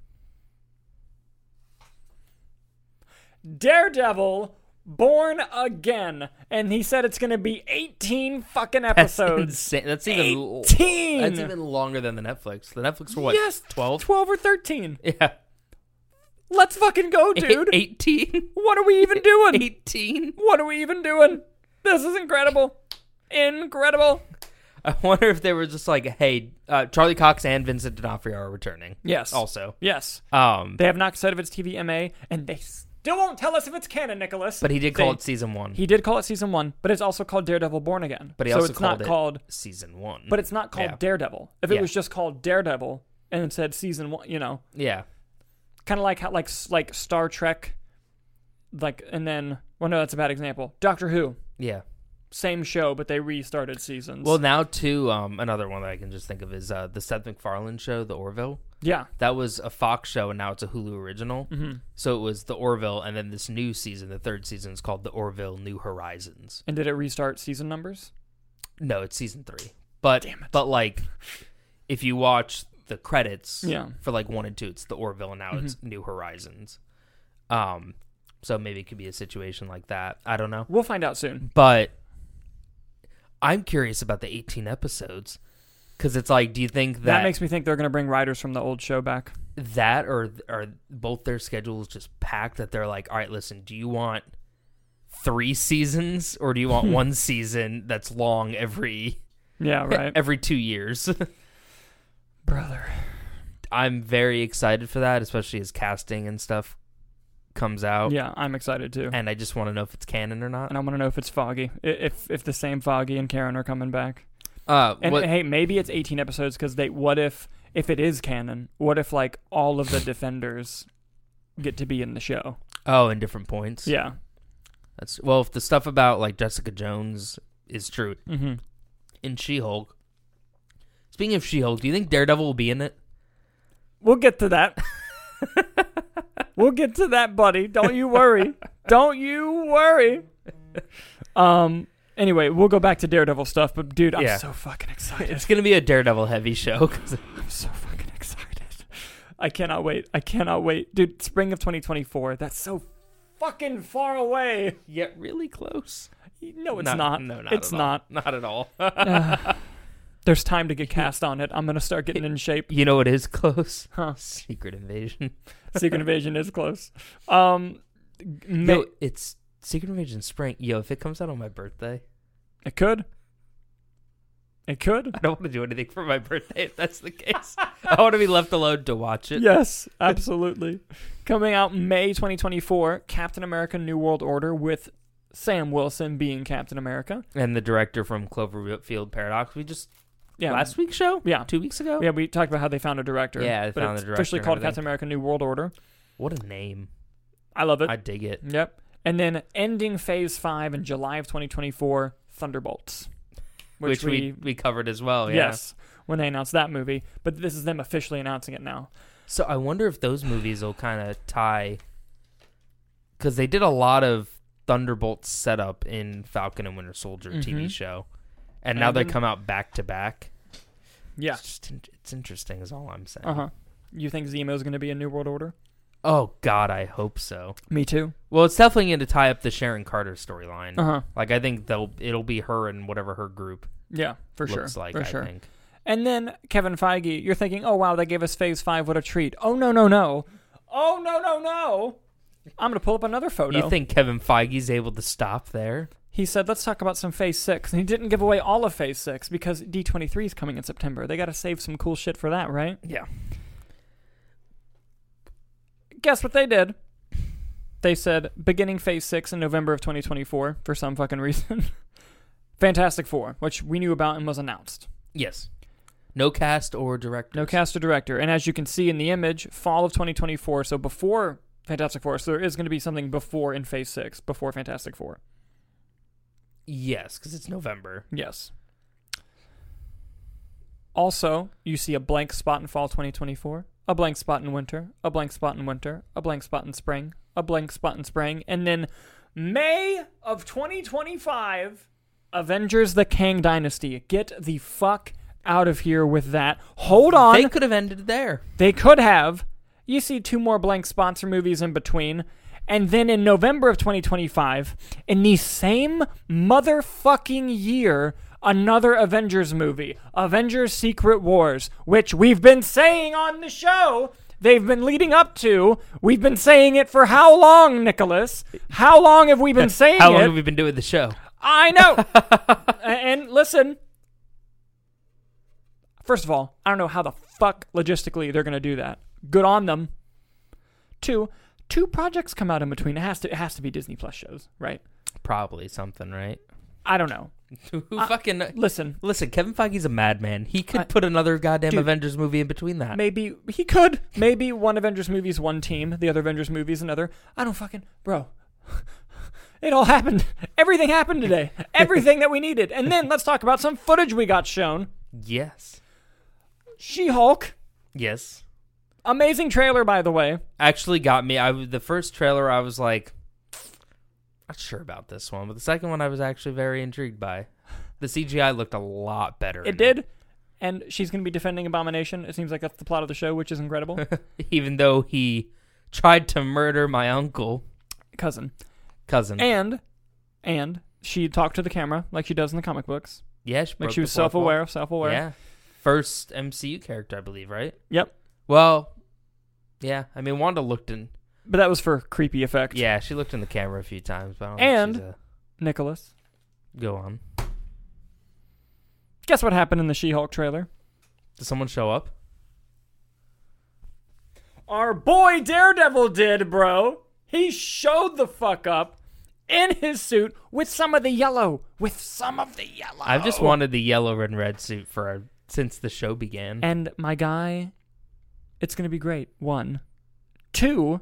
[SPEAKER 1] Daredevil born again and he said it's going to be 18 fucking
[SPEAKER 2] That's
[SPEAKER 1] episodes.
[SPEAKER 2] insane. That's even
[SPEAKER 1] 18.
[SPEAKER 2] That's even longer than the Netflix. The Netflix were what?
[SPEAKER 1] Yes,
[SPEAKER 2] 12?
[SPEAKER 1] 12 or 13.
[SPEAKER 2] Yeah.
[SPEAKER 1] Let's fucking go, dude.
[SPEAKER 2] 18?
[SPEAKER 1] What are we even doing?
[SPEAKER 2] 18?
[SPEAKER 1] What are we even doing? This is incredible. Incredible.
[SPEAKER 2] I wonder if they were just like, hey, uh, Charlie Cox and Vincent D'Onofrio are returning.
[SPEAKER 1] Yes.
[SPEAKER 2] Also.
[SPEAKER 1] Yes.
[SPEAKER 2] Um,
[SPEAKER 1] They have not said if it's TVMA, and they still won't tell us if it's canon, Nicholas.
[SPEAKER 2] but he did call
[SPEAKER 1] They-
[SPEAKER 2] it season one.
[SPEAKER 1] He did call it season one, but it's also called Daredevil Born Again.
[SPEAKER 2] but he
[SPEAKER 1] so
[SPEAKER 2] also
[SPEAKER 1] it's
[SPEAKER 2] called
[SPEAKER 1] not
[SPEAKER 2] it
[SPEAKER 1] called,
[SPEAKER 2] season one.
[SPEAKER 1] but it's not called
[SPEAKER 2] Yeah.
[SPEAKER 1] Daredevil. If it
[SPEAKER 2] Yeah.
[SPEAKER 1] was just called Daredevil and it said season one, you know,
[SPEAKER 2] yeah.
[SPEAKER 1] kind of like how like like Star Trek, like and then well no that's a bad example. Doctor Who,
[SPEAKER 2] Yeah.
[SPEAKER 1] same show but they restarted seasons.
[SPEAKER 2] Well, now too, um, another one that I can just think of is uh, the Seth MacFarlane show, The Orville.
[SPEAKER 1] yeah,
[SPEAKER 2] That was a Fox show, and now it's a Hulu original.
[SPEAKER 1] Mm-hmm.
[SPEAKER 2] So it was The Orville, and then this new season, the third season, is called The Orville New Horizons.
[SPEAKER 1] and did it restart season numbers?
[SPEAKER 2] No, it's season three. But but like, if you watch the credits,
[SPEAKER 1] Yeah. Mm-hmm.
[SPEAKER 2] for like one and two, it's The Orville, and now it's New Horizons. Um, so maybe it could be a situation like that. I don't know.
[SPEAKER 1] We'll find out soon.
[SPEAKER 2] but I'm curious about the 18 episodes because it's like, do you think that
[SPEAKER 1] That, makes me think they're gonna bring writers from the old show back.
[SPEAKER 2] that or are both their schedules just packed that they're like, all right, listen, do you want three seasons or do you want one season that's long every
[SPEAKER 1] Yeah, right,
[SPEAKER 2] every two years?
[SPEAKER 1] brother.
[SPEAKER 2] I'm very excited for that, especially as casting and stuff comes out,
[SPEAKER 1] Yeah, I'm excited too.
[SPEAKER 2] and I just want to know if it's canon or not.
[SPEAKER 1] and I want to know if it's Foggy, i- if if the same Foggy and Karen are coming back.
[SPEAKER 2] Uh,
[SPEAKER 1] And
[SPEAKER 2] what,
[SPEAKER 1] hey, maybe it's 18 episodes because they. What if if it is canon? What if like all of the Defenders get to be in the show?
[SPEAKER 2] oh, in different points.
[SPEAKER 1] Yeah.
[SPEAKER 2] that's well, if the stuff about like Jessica Jones is true,
[SPEAKER 1] Mm-hmm.
[SPEAKER 2] in She Hulk. Speaking of She Hulk, do you think Daredevil will be in it?
[SPEAKER 1] We'll get to that. we'll get to that, buddy. Don't you worry. Don't you worry. Um. Anyway, we'll go back to Daredevil stuff, but dude, I'm
[SPEAKER 2] Yeah.
[SPEAKER 1] so fucking excited.
[SPEAKER 2] It's gonna be a Daredevil heavy show. 'cause-
[SPEAKER 1] I'm so fucking excited. I cannot wait. I cannot wait. Dude, spring of 2024. That's so fucking far away.
[SPEAKER 2] yet really close.
[SPEAKER 1] No, it's
[SPEAKER 2] No,
[SPEAKER 1] not.
[SPEAKER 2] No, not
[SPEAKER 1] It's
[SPEAKER 2] at
[SPEAKER 1] not.
[SPEAKER 2] All. Not at all.
[SPEAKER 1] There's time to get cast on it. I'm going to start getting in shape.
[SPEAKER 2] you know what is close?
[SPEAKER 1] Huh.
[SPEAKER 2] Secret Invasion.
[SPEAKER 1] Secret Invasion is close. Um, may-
[SPEAKER 2] No, it's Secret Invasion spring. Yo, if it comes out on my birthday,
[SPEAKER 1] it could. It could.
[SPEAKER 2] I don't want to do anything for my birthday. If that's the case, I want to be left alone to watch it.
[SPEAKER 1] Yes, absolutely. Coming out May 2024, Captain America New World Order with Sam Wilson being Captain America.
[SPEAKER 2] And the director from Cloverfield Paradox. We just
[SPEAKER 1] Yeah.
[SPEAKER 2] last week's show.
[SPEAKER 1] yeah.
[SPEAKER 2] Two weeks ago.
[SPEAKER 1] Yeah, we talked about how they found a director.
[SPEAKER 2] Yeah, they
[SPEAKER 1] but
[SPEAKER 2] found
[SPEAKER 1] it's
[SPEAKER 2] the director
[SPEAKER 1] officially
[SPEAKER 2] and
[SPEAKER 1] called
[SPEAKER 2] everything.
[SPEAKER 1] Captain America: New World Order.
[SPEAKER 2] What a name.
[SPEAKER 1] I love it.
[SPEAKER 2] I dig it.
[SPEAKER 1] yep. And then ending Phase Five in July of 2024, Thunderbolts,
[SPEAKER 2] Which, we, we covered as well. Yeah.
[SPEAKER 1] yes when they announced that movie, but this is them officially announcing it now.
[SPEAKER 2] So I wonder if those movies will kind of tie because they did a lot of Thunderbolt setup in Falcon and Winter Soldier TV
[SPEAKER 1] Mhm.
[SPEAKER 2] show, and now
[SPEAKER 1] And
[SPEAKER 2] they
[SPEAKER 1] then-
[SPEAKER 2] come out back to back.
[SPEAKER 1] Yeah.
[SPEAKER 2] It's, just, in- it's interesting, is all I'm saying.
[SPEAKER 1] Uh huh. You think Zemo's going to be in New World Order?
[SPEAKER 2] Oh God, I hope so.
[SPEAKER 1] Me too.
[SPEAKER 2] Well, it's definitely going to tie up the Sharon Carter storyline.
[SPEAKER 1] Uh huh.
[SPEAKER 2] Like I think they'll it'll be her and whatever her group
[SPEAKER 1] Yeah, for
[SPEAKER 2] looks
[SPEAKER 1] sure.
[SPEAKER 2] like.
[SPEAKER 1] for
[SPEAKER 2] I
[SPEAKER 1] sure.
[SPEAKER 2] think.
[SPEAKER 1] And then Kevin Feige, you're thinking, oh wow, they gave us Phase Five. What a treat. Oh no no no. Oh no no no. I'm gonna pull up another photo.
[SPEAKER 2] You think Kevin Feige's able to stop there?
[SPEAKER 1] he said, let's talk about some Phase 6. And he didn't give away all of Phase 6 because D23 is coming in September. They got to save some cool shit for that, right?
[SPEAKER 2] Yeah.
[SPEAKER 1] Guess what they did? They said, beginning Phase 6 in November of 2024 for some fucking reason. Fantastic Four, which we knew about and was announced.
[SPEAKER 2] Yes. No cast or director.
[SPEAKER 1] No cast or director. And as you can see in the image, fall of 2024. So before Fantastic Four. So there is going to be something before in Phase 6, before Fantastic Four.
[SPEAKER 2] Yes, because it's November.
[SPEAKER 1] Yes. Also, you see a blank spot in fall 2024, a blank spot in winter, a blank spot in winter, a blank spot in spring, a blank spot in spring, and then May of 2025, Avengers the Kang Dynasty. Get the fuck out of here with that. Hold on.
[SPEAKER 2] They could have ended there.
[SPEAKER 1] They could have. You see two more blank sponsor movies in between. And then in November of 2025, in the same motherfucking year, another Avengers movie, Avengers Secret Wars, which we've been saying on the show, they've been leading up to. We've been saying it for how long, Nicholas? How long have we been saying
[SPEAKER 2] How long
[SPEAKER 1] it?
[SPEAKER 2] have we been doing the show?
[SPEAKER 1] I know. A- and listen, first of all, I don't know how the fuck logistically they're going to do that. Good on them. Two, two projects come out in between. It has to it has to be Disney Plus shows, right?
[SPEAKER 2] Probably something, right?
[SPEAKER 1] I don't know.
[SPEAKER 2] Who fucking kn-
[SPEAKER 1] Listen,
[SPEAKER 2] listen? Kevin Feige's a madman. He could
[SPEAKER 1] I-
[SPEAKER 2] put another goddamn
[SPEAKER 1] Dude.
[SPEAKER 2] Avengers movie in between that.
[SPEAKER 1] maybe he could. Maybe one Avengers movie is one team, the other Avengers movie is another. I don't fucking bro. It all happened. Everything happened today. Everything that we needed. And then let's talk about some footage we got shown.
[SPEAKER 2] Yes,
[SPEAKER 1] She-Hulk.
[SPEAKER 2] yes.
[SPEAKER 1] Amazing trailer, by the way.
[SPEAKER 2] Actually, got me. I w- the first trailer, I was like, not sure about this one, but the second one, I was actually very intrigued by. The CGI looked a lot better. in
[SPEAKER 1] It did. And she's going to be defending Abomination. It seems like that's the plot of the show, which is incredible.
[SPEAKER 2] even though he tried to murder my uncle
[SPEAKER 1] Cousin.
[SPEAKER 2] cousin.
[SPEAKER 1] And, and she talked to the camera like she does in the comic books.
[SPEAKER 2] yeah, she
[SPEAKER 1] Like
[SPEAKER 2] broke
[SPEAKER 1] she
[SPEAKER 2] the
[SPEAKER 1] was
[SPEAKER 2] fourth
[SPEAKER 1] self
[SPEAKER 2] wall.
[SPEAKER 1] aware, self aware.
[SPEAKER 2] Yeah, first MCU character, I believe, right?
[SPEAKER 1] Yep.
[SPEAKER 2] Well, yeah. I mean, Wanda looked in.
[SPEAKER 1] But that was for creepy effect.
[SPEAKER 2] Yeah, she looked in the camera a few times, but I don't
[SPEAKER 1] And-
[SPEAKER 2] think she's a-
[SPEAKER 1] Nicholas.
[SPEAKER 2] go on.
[SPEAKER 1] Guess what happened in the She Hulk trailer?
[SPEAKER 2] Did someone show up?
[SPEAKER 1] Our boy Daredevil did, bro. He showed the fuck up in his suit with some of the yellow. With some of the yellow.
[SPEAKER 2] I've just wanted the yellow red and red suit for since the show began.
[SPEAKER 1] And my guy, it's going to be great. One, two,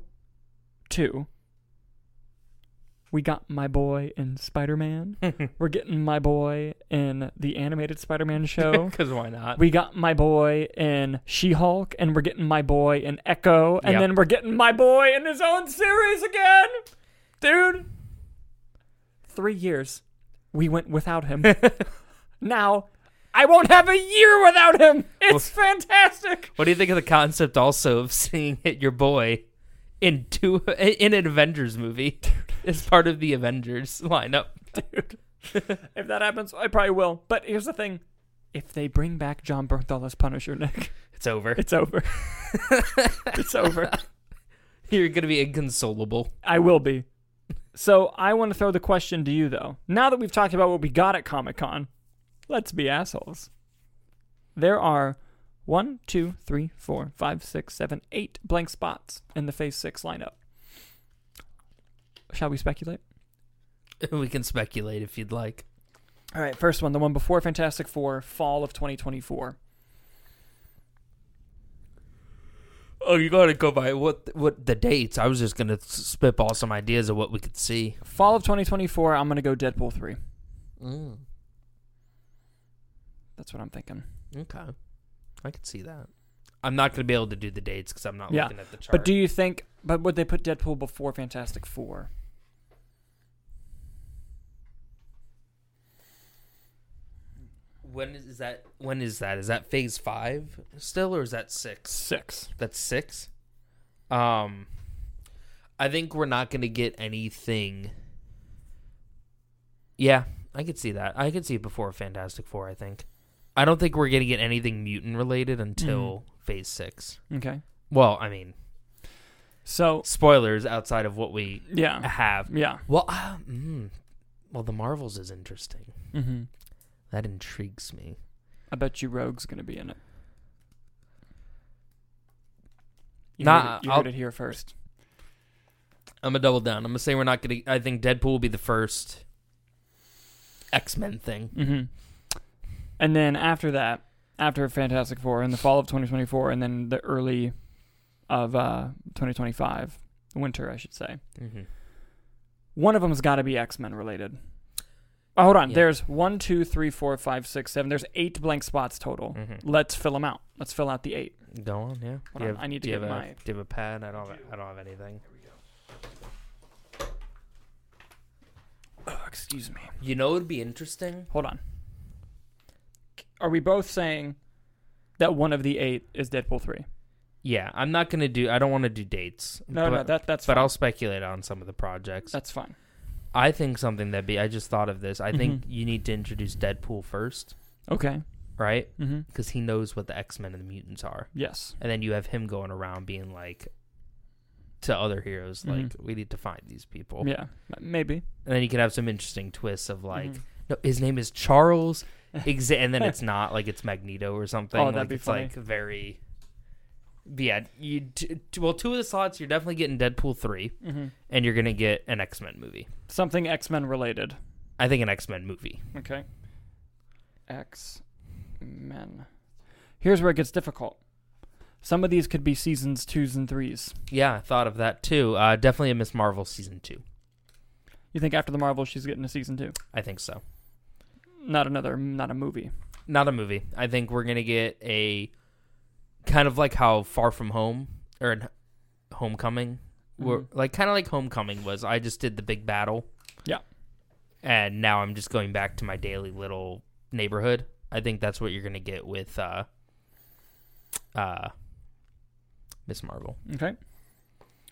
[SPEAKER 1] two. We got my boy in Spider Man. We're getting my boy in the animated Spider Man show.
[SPEAKER 2] Because why not?
[SPEAKER 1] we got my boy in She Hulk, and we're getting my boy in Echo, and
[SPEAKER 2] Yep.
[SPEAKER 1] then we're getting my boy in his own series again. Dude, three years we went without him. now I won't have a year without him. It's fantastic.
[SPEAKER 2] what do you think of the concept also of seeing it your boy in two in an Avengers movie as part of the Avengers lineup?
[SPEAKER 1] If that happens, I probably will. But here's the thing. If they bring back John Bernthal as Punisher, Nick,
[SPEAKER 2] It's over.
[SPEAKER 1] it's over. it's over.
[SPEAKER 2] You're gonna be inconsolable.
[SPEAKER 1] I will be. So I want to throw the question to you though. Now that we've talked about what we got at Comic Con, let's be assholes. There are one, two, three, four, five, six, seven, eight blank spots in the Phase Six lineup. Shall we speculate?
[SPEAKER 2] We can speculate if you'd like.
[SPEAKER 1] All right, first one, the one before Fantastic Four, fall of 2024.
[SPEAKER 2] Oh, you gotta go by what what the dates. I was just gonna s- spitball some ideas of what we could see.
[SPEAKER 1] Fall of 2024, I'm going to go Deadpool 3.
[SPEAKER 2] Mm,
[SPEAKER 1] That's what I'm thinking.
[SPEAKER 2] okay, I could see that. I'm not gonna be able to do the dates because I'm not
[SPEAKER 1] Yeah,
[SPEAKER 2] looking at the chart.
[SPEAKER 1] But do you think, but would they put Deadpool before Fantastic Four?
[SPEAKER 2] when is, is that? When is that? Is that phase five still, or is that six?
[SPEAKER 1] Six.
[SPEAKER 2] That's six. Um, I think we're not gonna get anything. Yeah, I could see that. I could see it before Fantastic Four. I think. I don't think we're gonna get anything mutant related until phase six.
[SPEAKER 1] Okay.
[SPEAKER 2] Well, I mean,
[SPEAKER 1] So,
[SPEAKER 2] spoilers outside of what we
[SPEAKER 1] yeah.
[SPEAKER 2] have.
[SPEAKER 1] Yeah.
[SPEAKER 2] Well, uh, mm, well, the Marvels is interesting.
[SPEAKER 1] hmm
[SPEAKER 2] That intrigues me.
[SPEAKER 1] I bet you Rogue's going to be in it. You,
[SPEAKER 2] Nah,
[SPEAKER 1] heard, it, you
[SPEAKER 2] I'll-
[SPEAKER 1] heard it here first.
[SPEAKER 2] I'm gonna double down. I'm gonna say we're not gonna. I think Deadpool will be the first X Men thing.
[SPEAKER 1] hmm And then after that, after Fantastic Four, in the fall of 2024, and then the early of uh, 2025, winter, I should say.
[SPEAKER 2] Mm-hmm.
[SPEAKER 1] One of them's got to be X Men related. Oh, hold on.
[SPEAKER 2] Yeah.
[SPEAKER 1] There's one, two, three, four, five, six, seven. There's eight blank spots total.
[SPEAKER 2] Mm-hmm.
[SPEAKER 1] Let's fill them out. Let's fill out the eight.
[SPEAKER 2] Go on, yeah.
[SPEAKER 1] Hold
[SPEAKER 2] Do you
[SPEAKER 1] on,
[SPEAKER 2] have-
[SPEAKER 1] I need to
[SPEAKER 2] do you
[SPEAKER 1] get
[SPEAKER 2] have a-
[SPEAKER 1] my-
[SPEAKER 2] Do you have a pad? I don't. Have, I don't have anything.
[SPEAKER 1] Excuse me.
[SPEAKER 2] You know, it'd be interesting.
[SPEAKER 1] Hold on. Are we both saying that one of the eight is Deadpool three?
[SPEAKER 2] Yeah, I'm not gonna do. I don't want to do dates.
[SPEAKER 1] No,
[SPEAKER 2] but,
[SPEAKER 1] no, that that's
[SPEAKER 2] But
[SPEAKER 1] fine.
[SPEAKER 2] I'll speculate on some of the projects.
[SPEAKER 1] that's fine.
[SPEAKER 2] I think something that be. I just thought of this. I think
[SPEAKER 1] Mm-hmm.
[SPEAKER 2] you need to introduce Deadpool first,
[SPEAKER 1] Okay.
[SPEAKER 2] right?
[SPEAKER 1] Mm-hmm.
[SPEAKER 2] Because he knows what the X Men and the mutants are,
[SPEAKER 1] Yes.
[SPEAKER 2] and then you have him going around being like to other heroes,
[SPEAKER 1] Mhm.
[SPEAKER 2] like we need to find these people.
[SPEAKER 1] Yeah. M- Maybe.
[SPEAKER 2] and then you could have some interesting twists of like,
[SPEAKER 1] Mhm.
[SPEAKER 2] no, his name is Charles, exa- and then it's not like it's Magneto or something.
[SPEAKER 1] Oh, that'd
[SPEAKER 2] like,
[SPEAKER 1] be
[SPEAKER 2] it's
[SPEAKER 1] funny.
[SPEAKER 2] like very. But Yeah, you t- t- well, two of the slots you're definitely getting Deadpool three,
[SPEAKER 1] Mm-hmm.
[SPEAKER 2] and you're gonna get an X Men movie.
[SPEAKER 1] Something X Men related.
[SPEAKER 2] I think an X Men movie.
[SPEAKER 1] Okay. X Men. Here's where it gets difficult. Some of these could be seasons twos and threes.
[SPEAKER 2] Yeah, I thought of that too. Uh, definitely a Miss Marvel season two.
[SPEAKER 1] You think after the Marvel, she's getting a season two?
[SPEAKER 2] I think so.
[SPEAKER 1] Not another, not a movie.
[SPEAKER 2] Not a movie. I think we're gonna get a kind of like how Far From Home or an- Homecoming were
[SPEAKER 1] Mm-hmm.
[SPEAKER 2] like kind of like Homecoming was. I just did the big battle.
[SPEAKER 1] Yeah.
[SPEAKER 2] And now I'm just going back to my daily little neighborhood. I think that's what you're gonna get with uh uh Miss Marvel.
[SPEAKER 1] Mm-hmm. Okay.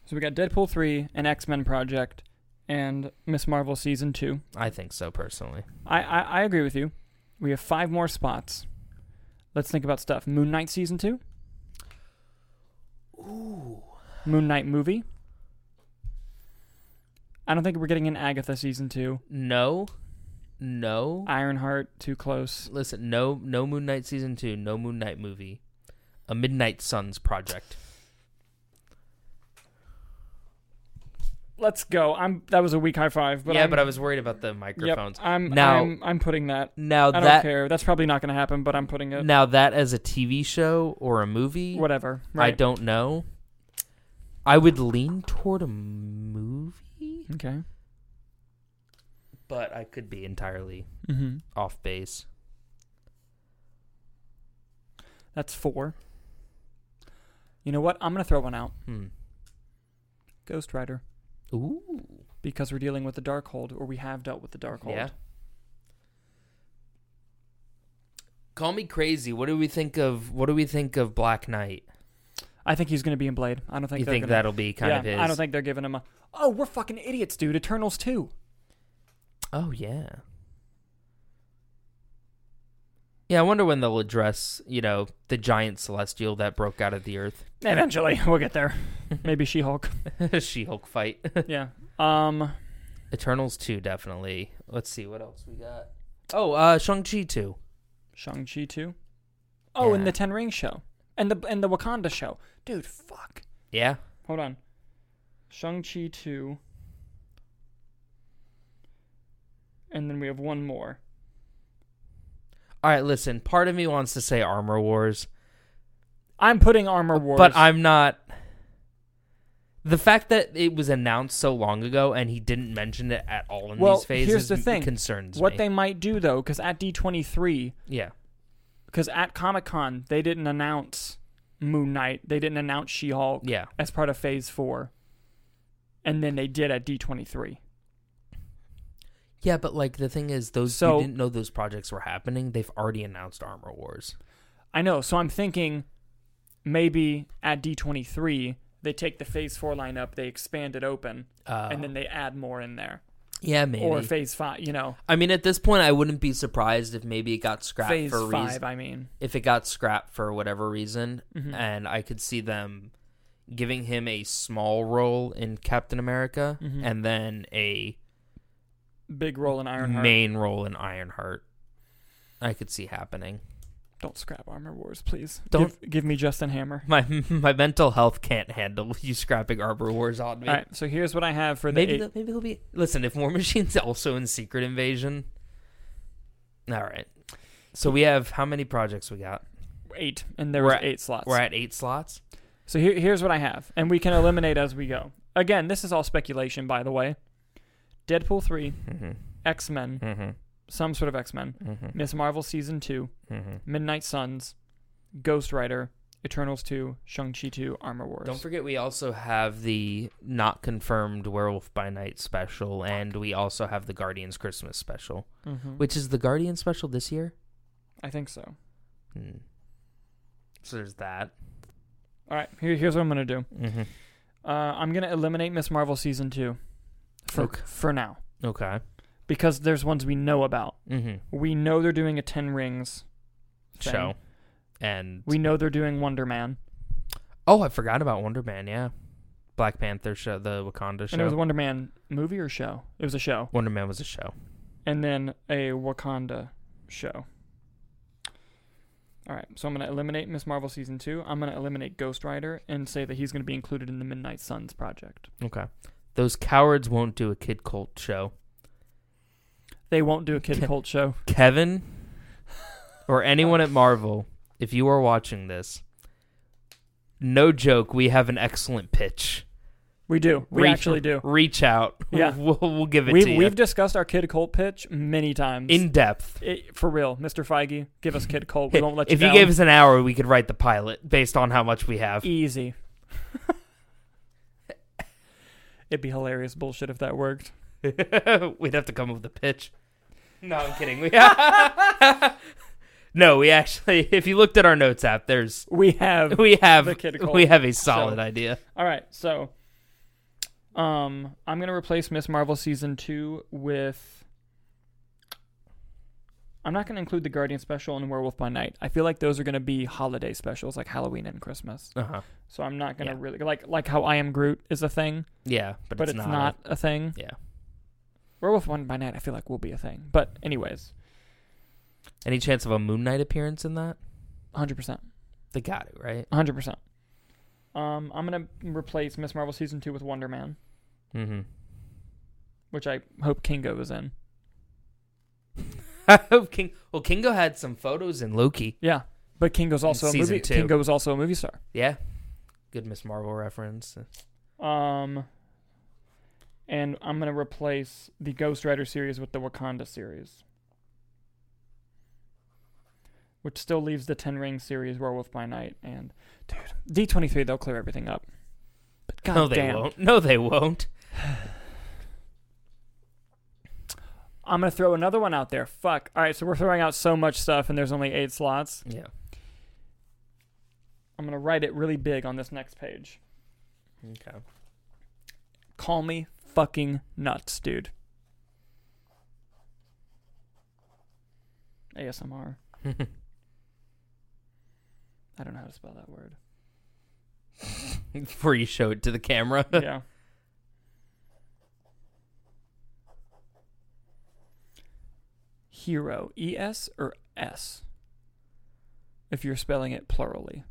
[SPEAKER 1] So we got Deadpool 3, an X Men project, and Miss Marvel season 2.
[SPEAKER 2] I think so personally.
[SPEAKER 1] I, I, I agree with you. We have five more spots. Let's think about stuff. Moon Knight season 2,
[SPEAKER 2] Ooh.
[SPEAKER 1] Moon Knight movie. I don't think we're getting an Agatha season 2.
[SPEAKER 2] No. No.
[SPEAKER 1] Ironheart, too close.
[SPEAKER 2] Listen, no no Moon Knight season 2, no Moon Knight movie. A Midnight Suns project.
[SPEAKER 1] Let's go. I'm. That was a weak high five. But
[SPEAKER 2] yeah,
[SPEAKER 1] I'm,
[SPEAKER 2] but I was worried about the
[SPEAKER 1] Yep,
[SPEAKER 2] microphones.
[SPEAKER 1] I'm,
[SPEAKER 2] Now-
[SPEAKER 1] I'm. I'm putting that.
[SPEAKER 2] Now
[SPEAKER 1] I don't
[SPEAKER 2] that
[SPEAKER 1] care. That's probably not going to happen. But I'm putting it.
[SPEAKER 2] now that as a TV show or a movie,
[SPEAKER 1] Whatever.
[SPEAKER 2] I
[SPEAKER 1] Right.
[SPEAKER 2] don't know. I would lean toward a movie,
[SPEAKER 1] Okay.
[SPEAKER 2] but I could be entirely
[SPEAKER 1] Mm-hmm.
[SPEAKER 2] off base.
[SPEAKER 1] That's four. You know what? I'm going to throw one out.
[SPEAKER 2] Hmm.
[SPEAKER 1] Ghost Rider.
[SPEAKER 2] Ooh.
[SPEAKER 1] Because we're dealing with the Darkhold, or we have dealt with the Darkhold.
[SPEAKER 2] Yeah. Call me crazy. What do we think of what do we think of Black Knight?
[SPEAKER 1] I think he's going to be in Blade. I don't think
[SPEAKER 2] you
[SPEAKER 1] they're
[SPEAKER 2] think
[SPEAKER 1] gonna,
[SPEAKER 2] that'll be kind
[SPEAKER 1] yeah,
[SPEAKER 2] of his
[SPEAKER 1] I don't think they're giving him a. Oh, we're fucking idiots, dude. Eternals too.
[SPEAKER 2] Oh yeah. Yeah, I wonder when they'll address, you know, the giant celestial that broke out of the earth.
[SPEAKER 1] Eventually, we'll get there. Maybe She Hulk.
[SPEAKER 2] she Hulk fight.
[SPEAKER 1] Yeah. Um.
[SPEAKER 2] Eternals 2, definitely. Let's see what else we got. Oh, uh, Shang-Chi 2.
[SPEAKER 1] Shang Chi too. Oh, and
[SPEAKER 2] Yeah.
[SPEAKER 1] the Ten Ring show, and the and the Wakanda show, dude. Fuck.
[SPEAKER 2] Yeah.
[SPEAKER 1] Hold on. Shang Chi two. And then we have one more.
[SPEAKER 2] All right, listen, part of me wants to say Armor Wars,
[SPEAKER 1] I'm putting Armor Wars.
[SPEAKER 2] but I'm not. The fact that it was announced so long ago and he didn't mention it at all in
[SPEAKER 1] Well,
[SPEAKER 2] these phases
[SPEAKER 1] here's the thing.
[SPEAKER 2] concerns
[SPEAKER 1] what
[SPEAKER 2] me.
[SPEAKER 1] they might do though, because at D23,
[SPEAKER 2] yeah.
[SPEAKER 1] because at Comic Con they didn't announce Moon Knight, they didn't announce She Hulk
[SPEAKER 2] Yeah.
[SPEAKER 1] as part of Phase Four, and then they did at D23.
[SPEAKER 2] Yeah, but like the thing is, those
[SPEAKER 1] So-
[SPEAKER 2] you didn't know those projects were happening. They've already announced Armor Wars.
[SPEAKER 1] I know. So I'm thinking maybe at D23, they take the phase four lineup, they expand it open,
[SPEAKER 2] Uh,
[SPEAKER 1] and then they add more in there.
[SPEAKER 2] yeah, maybe.
[SPEAKER 1] Or phase five, you know,
[SPEAKER 2] I mean, at this point, I wouldn't be surprised if maybe it got scrapped
[SPEAKER 1] phase
[SPEAKER 2] for a
[SPEAKER 1] five,
[SPEAKER 2] reason.
[SPEAKER 1] I mean.
[SPEAKER 2] if it got scrapped for whatever reason,
[SPEAKER 1] Mhm.
[SPEAKER 2] and I could see them giving him a small role in Captain America
[SPEAKER 1] Mhm.
[SPEAKER 2] and then a
[SPEAKER 1] Big role in Ironheart.
[SPEAKER 2] main role in Ironheart. I could see happening.
[SPEAKER 1] Don't scrap Armor Wars, please.
[SPEAKER 2] Don't-
[SPEAKER 1] Give, give me Justin Hammer.
[SPEAKER 2] My my mental health can't handle you scrapping Arbor Wars on me.
[SPEAKER 1] All right, so here's what I have for the.
[SPEAKER 2] Maybe
[SPEAKER 1] eight-
[SPEAKER 2] they'll- maybe he'll be. Listen, if War Machine's also in Secret Invasion. All right. So we have how many projects we got?
[SPEAKER 1] eight, and there
[SPEAKER 2] We're
[SPEAKER 1] was
[SPEAKER 2] at-
[SPEAKER 1] eight slots.
[SPEAKER 2] We're at eight slots.
[SPEAKER 1] So here, here's what I have, and we can eliminate as we go. Again, this is all speculation, by the way. Deadpool 3,
[SPEAKER 2] Mm-hmm.
[SPEAKER 1] X Men,
[SPEAKER 2] Mm-hmm.
[SPEAKER 1] some sort of X Men,
[SPEAKER 2] Mm-hmm.
[SPEAKER 1] Miss Marvel Season 2,
[SPEAKER 2] Mm-hmm.
[SPEAKER 1] Midnight Suns, Ghost Rider, Eternals 2, Shang-Chi 2, Armor Wars.
[SPEAKER 2] Don't forget, we also have the not confirmed Werewolf by Night special, and we also have the Guardians Christmas special,
[SPEAKER 1] Mhm.
[SPEAKER 2] which is the Guardian special this year.
[SPEAKER 1] I think so.
[SPEAKER 2] Hmm. So there's that.
[SPEAKER 1] All right, here, here's what I'm going to do.
[SPEAKER 2] Mm-hmm.
[SPEAKER 1] Uh, I'm going to eliminate Miss Marvel Season 2 for,
[SPEAKER 2] Okay.
[SPEAKER 1] for now
[SPEAKER 2] Okay.
[SPEAKER 1] because there's ones we know about.
[SPEAKER 2] Mm-hmm.
[SPEAKER 1] We know they're doing a 10 Rings thing.
[SPEAKER 2] Show. And
[SPEAKER 1] We know they're doing Wonder Man.
[SPEAKER 2] oh, I forgot about Wonder Man. Yeah, Black Panther show, the Wakanda
[SPEAKER 1] And it
[SPEAKER 2] show.
[SPEAKER 1] was a Wonder Man movie or show? It was a show.
[SPEAKER 2] Wonder Man was a show.
[SPEAKER 1] And then a Wakanda show. All right, so I'm going to eliminate Miss Marvel Season 2. I'm going to eliminate Ghost Rider and say that he's going to be included in the Midnight Suns project.
[SPEAKER 2] Okay. Those cowards won't do a Kid Colt show.
[SPEAKER 1] They won't do a Kid Colt show.
[SPEAKER 2] Kevin or anyone at Marvel, if you are watching this, no joke, we have an excellent pitch.
[SPEAKER 1] We do. We
[SPEAKER 2] Reach-
[SPEAKER 1] actually do.
[SPEAKER 2] Reach out.
[SPEAKER 1] Yeah.
[SPEAKER 2] We'll, we'll give it
[SPEAKER 1] We've,
[SPEAKER 2] to you.
[SPEAKER 1] we've discussed our Kid Colt pitch many times.
[SPEAKER 2] In depth.
[SPEAKER 1] It- for real, Mr. Feige, give us Kid Colt. We won't let you
[SPEAKER 2] if you
[SPEAKER 1] down. E-
[SPEAKER 2] gave us an hour, we could write the pilot based on how much we have.
[SPEAKER 1] easy. It'd be hilarious bullshit if that worked.
[SPEAKER 2] We'd have to come up with a pitch. No, I'm kidding. We- no, we actually, if you looked at our notes app, there's
[SPEAKER 1] We have
[SPEAKER 2] we have
[SPEAKER 1] The Kid Colt
[SPEAKER 2] we have a solid
[SPEAKER 1] show.
[SPEAKER 2] idea.
[SPEAKER 1] All right, so um I'm going to replace Miss Marvel season 2 with I'm not going to include the Guardian special and Werewolf by Night. I feel like those are going to be holiday specials like Halloween and Christmas.
[SPEAKER 2] Uh huh.
[SPEAKER 1] So I'm not going to
[SPEAKER 2] Yeah.
[SPEAKER 1] really like like how I am Groot is a thing,
[SPEAKER 2] Yeah, but,
[SPEAKER 1] but, it's, not a thing.
[SPEAKER 2] Yeah.
[SPEAKER 1] Werewolf One by Night I feel like will be a thing. But anyways,
[SPEAKER 2] Any chance of a Moon Knight appearance in that?
[SPEAKER 1] 100%.
[SPEAKER 2] They got it, right?
[SPEAKER 1] 100%. Um I'm going to replace Miss Marvel season 2 with Wonder Man,
[SPEAKER 2] Mm-hmm.
[SPEAKER 1] which I hope Kingo is in.
[SPEAKER 2] King. Well, Kingo had some photos in Loki.
[SPEAKER 1] Yeah, but Kingo's also a
[SPEAKER 2] season
[SPEAKER 1] movie.
[SPEAKER 2] two.
[SPEAKER 1] Kingo was also a movie star.
[SPEAKER 2] Yeah. Good Miss Marvel reference.
[SPEAKER 1] Um, and I'm gonna replace the Ghost Rider series with the Wakanda series, which still leaves the Ten Rings series, Werewolf by Night, and dude, D23. They'll clear everything up. But God
[SPEAKER 2] no, they
[SPEAKER 1] damn,
[SPEAKER 2] won't. No, they won't.
[SPEAKER 1] I'm gonna throw another one out there. Fuck. All right, so we're throwing out so much stuff, and there's only eight slots.
[SPEAKER 2] Yeah.
[SPEAKER 1] I'm gonna write it really big on this next page.
[SPEAKER 2] Okay.
[SPEAKER 1] Call me fucking nuts, dude. ASMR. I don't know how to spell that word.
[SPEAKER 2] Before you show it to the camera.
[SPEAKER 1] yeah. Hero. E S or S? If you're spelling it plurally.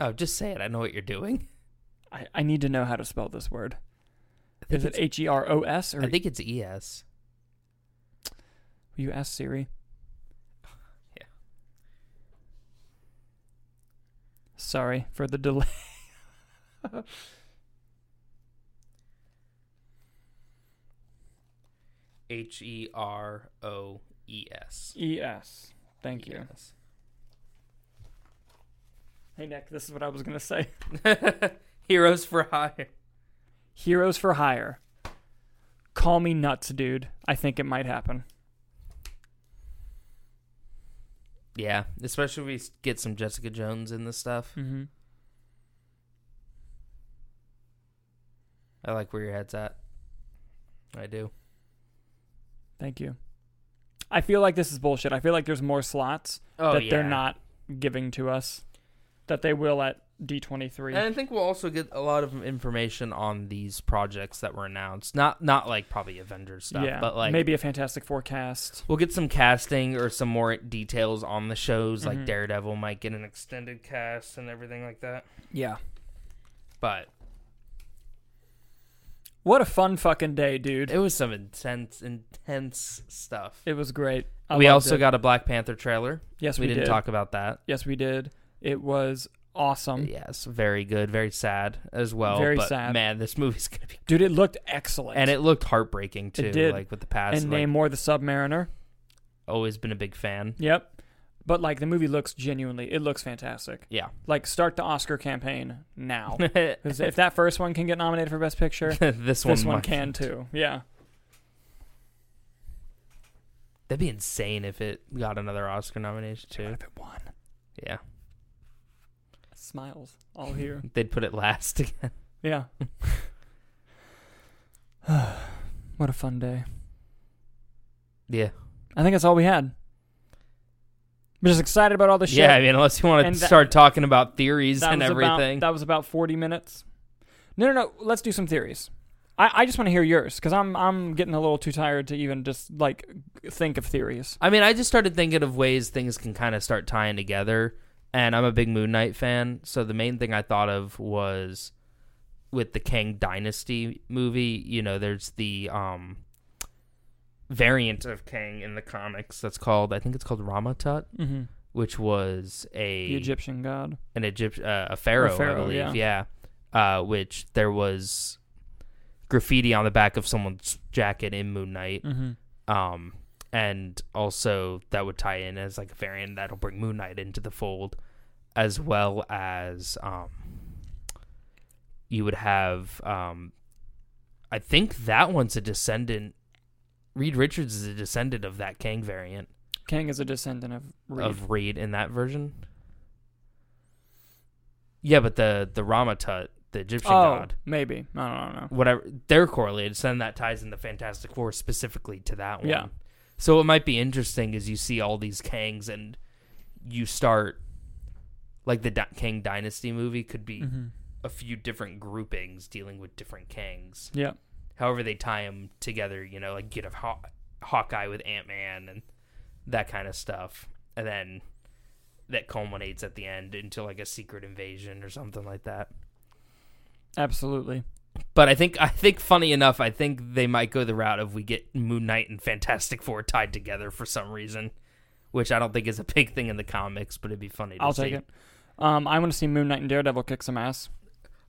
[SPEAKER 2] Oh, just say it. I know what you're doing.
[SPEAKER 1] I, I need to know how to spell this word.
[SPEAKER 2] I think
[SPEAKER 1] Is it
[SPEAKER 2] it's-
[SPEAKER 1] H E R O S or
[SPEAKER 2] I think it's E ES.
[SPEAKER 1] will you ask Siri?
[SPEAKER 2] Yeah.
[SPEAKER 1] Sorry for the delay.
[SPEAKER 2] H E R O E S.
[SPEAKER 1] E S. Thank you. Hey Nick, this is what I was gonna say.
[SPEAKER 2] E Heroes for Hire.
[SPEAKER 1] Heroes for Hire. Call me nuts, dude. I think it might happen.
[SPEAKER 2] Yeah, especially if we s- get some Jessica Jones in this stuff.
[SPEAKER 1] Mm-hmm.
[SPEAKER 2] I like where your head's at. I do.
[SPEAKER 1] Thank you. I feel like this is bullshit. I feel like there's more slots
[SPEAKER 2] Oh,
[SPEAKER 1] that they're
[SPEAKER 2] yeah.
[SPEAKER 1] not giving to us that they will at D23.
[SPEAKER 2] And I think we'll also get a lot of information on these projects that were announced. Not not like probably Avengers stuff,
[SPEAKER 1] yeah,
[SPEAKER 2] but like
[SPEAKER 1] maybe a Fantastic Forecast.
[SPEAKER 2] we'll get some casting or some more details on the shows.
[SPEAKER 1] Mhm.
[SPEAKER 2] Like Daredevil might get an extended cast and everything like that.
[SPEAKER 1] Yeah.
[SPEAKER 2] But
[SPEAKER 1] What a fun fucking day, dude. It,
[SPEAKER 2] it was some intense, intense stuff.
[SPEAKER 1] was great. I
[SPEAKER 2] we
[SPEAKER 1] loved
[SPEAKER 2] also
[SPEAKER 1] it.
[SPEAKER 2] got a Black Panther trailer.
[SPEAKER 1] yes,
[SPEAKER 2] we,
[SPEAKER 1] we,
[SPEAKER 2] didn't
[SPEAKER 1] did.
[SPEAKER 2] talk about that.
[SPEAKER 1] Yes, we did. It was awesome,
[SPEAKER 2] Yes, very good, very sad as well.
[SPEAKER 1] Um, Very
[SPEAKER 2] but,
[SPEAKER 1] sad.
[SPEAKER 2] Man, this movie's gonna be.
[SPEAKER 1] dude. It looked excellent.
[SPEAKER 2] And it looked heartbreaking too.
[SPEAKER 1] did.
[SPEAKER 2] Like with the past,
[SPEAKER 1] and
[SPEAKER 2] like,
[SPEAKER 1] Namor the Submariner.
[SPEAKER 2] always been a big fan.
[SPEAKER 1] Yep. But like the movie looks genuinely, it looks fantastic.
[SPEAKER 2] Yeah.
[SPEAKER 1] Like start the Oscar campaign now. 'Cause if that first one can get nominated for Best Picture,
[SPEAKER 2] this one,
[SPEAKER 1] this one
[SPEAKER 2] might.
[SPEAKER 1] can too. Yeah.
[SPEAKER 2] That'd be insane if it got another Oscar nomination too.
[SPEAKER 1] If it won,
[SPEAKER 2] Yeah,
[SPEAKER 1] smiles all here.
[SPEAKER 2] they'd put it last again.
[SPEAKER 1] Yeah. what a fun day.
[SPEAKER 2] yeah,
[SPEAKER 1] I think that's all we had. We're just excited about all the shit.
[SPEAKER 2] yeah. I mean, unless you want
[SPEAKER 1] And
[SPEAKER 2] to
[SPEAKER 1] that-
[SPEAKER 2] start talking about theories
[SPEAKER 1] that
[SPEAKER 2] and
[SPEAKER 1] was about-
[SPEAKER 2] everything.
[SPEAKER 1] that was about 40 minutes. No, no, no. Let's do some theories. I, I just want to hear yours because I'm I'm getting a little too tired to even just like think of theories.
[SPEAKER 2] I mean, I just started thinking of ways things can kind of start tying together. And I'm a big Moon Knight fan, so the main thing I thought of was with the Kang Dynasty movie. You know, there's the um, variant of Kang in the comics that's called, I think it's called Ramatut,
[SPEAKER 1] Mm-hmm.
[SPEAKER 2] which was a
[SPEAKER 1] The Egyptian god.
[SPEAKER 2] an Egypt uh, a pharaoh,
[SPEAKER 1] pharaoh,
[SPEAKER 2] I believe.
[SPEAKER 1] yeah.
[SPEAKER 2] Yeah. Uh, which there was graffiti on the back of someone's jacket in Moon Knight.
[SPEAKER 1] Mm-hmm.
[SPEAKER 2] Um, and also that would tie in as like a variant that'll bring Moon Knight into the fold, as well as um, you would have um, I think that one's a descendant. Reed Richards is a descendant of that Kang variant
[SPEAKER 1] Kang is a descendant of Reed.
[SPEAKER 2] of Reed in that version. Yeah, but the the Ramatut, the Egyptian
[SPEAKER 1] oh,
[SPEAKER 2] god,
[SPEAKER 1] maybe I don't know.
[SPEAKER 2] whatever they're correlated so then that ties in the fantastic four specifically to that one
[SPEAKER 1] Yeah.
[SPEAKER 2] so what might be interesting is you see all these kangs and you start like the Di- kang dynasty movie could be
[SPEAKER 1] Mm-hmm.
[SPEAKER 2] a few different groupings dealing with different kangs
[SPEAKER 1] Yeah.
[SPEAKER 2] however they tie them together you know like you'd have Haw- hawkeye with ant-man and that kind of stuff and then that culminates at the end into like a secret invasion or something like that
[SPEAKER 1] Absolutely.
[SPEAKER 2] but I think I think funny enough, I think they might go the route of we get Moon Knight and Fantastic Four tied together for some reason, which I don't think is a big thing in the comics, but it'd be funny. To
[SPEAKER 1] I'll
[SPEAKER 2] see.
[SPEAKER 1] take it. Um, I want to see Moon Knight and Daredevil kick some ass.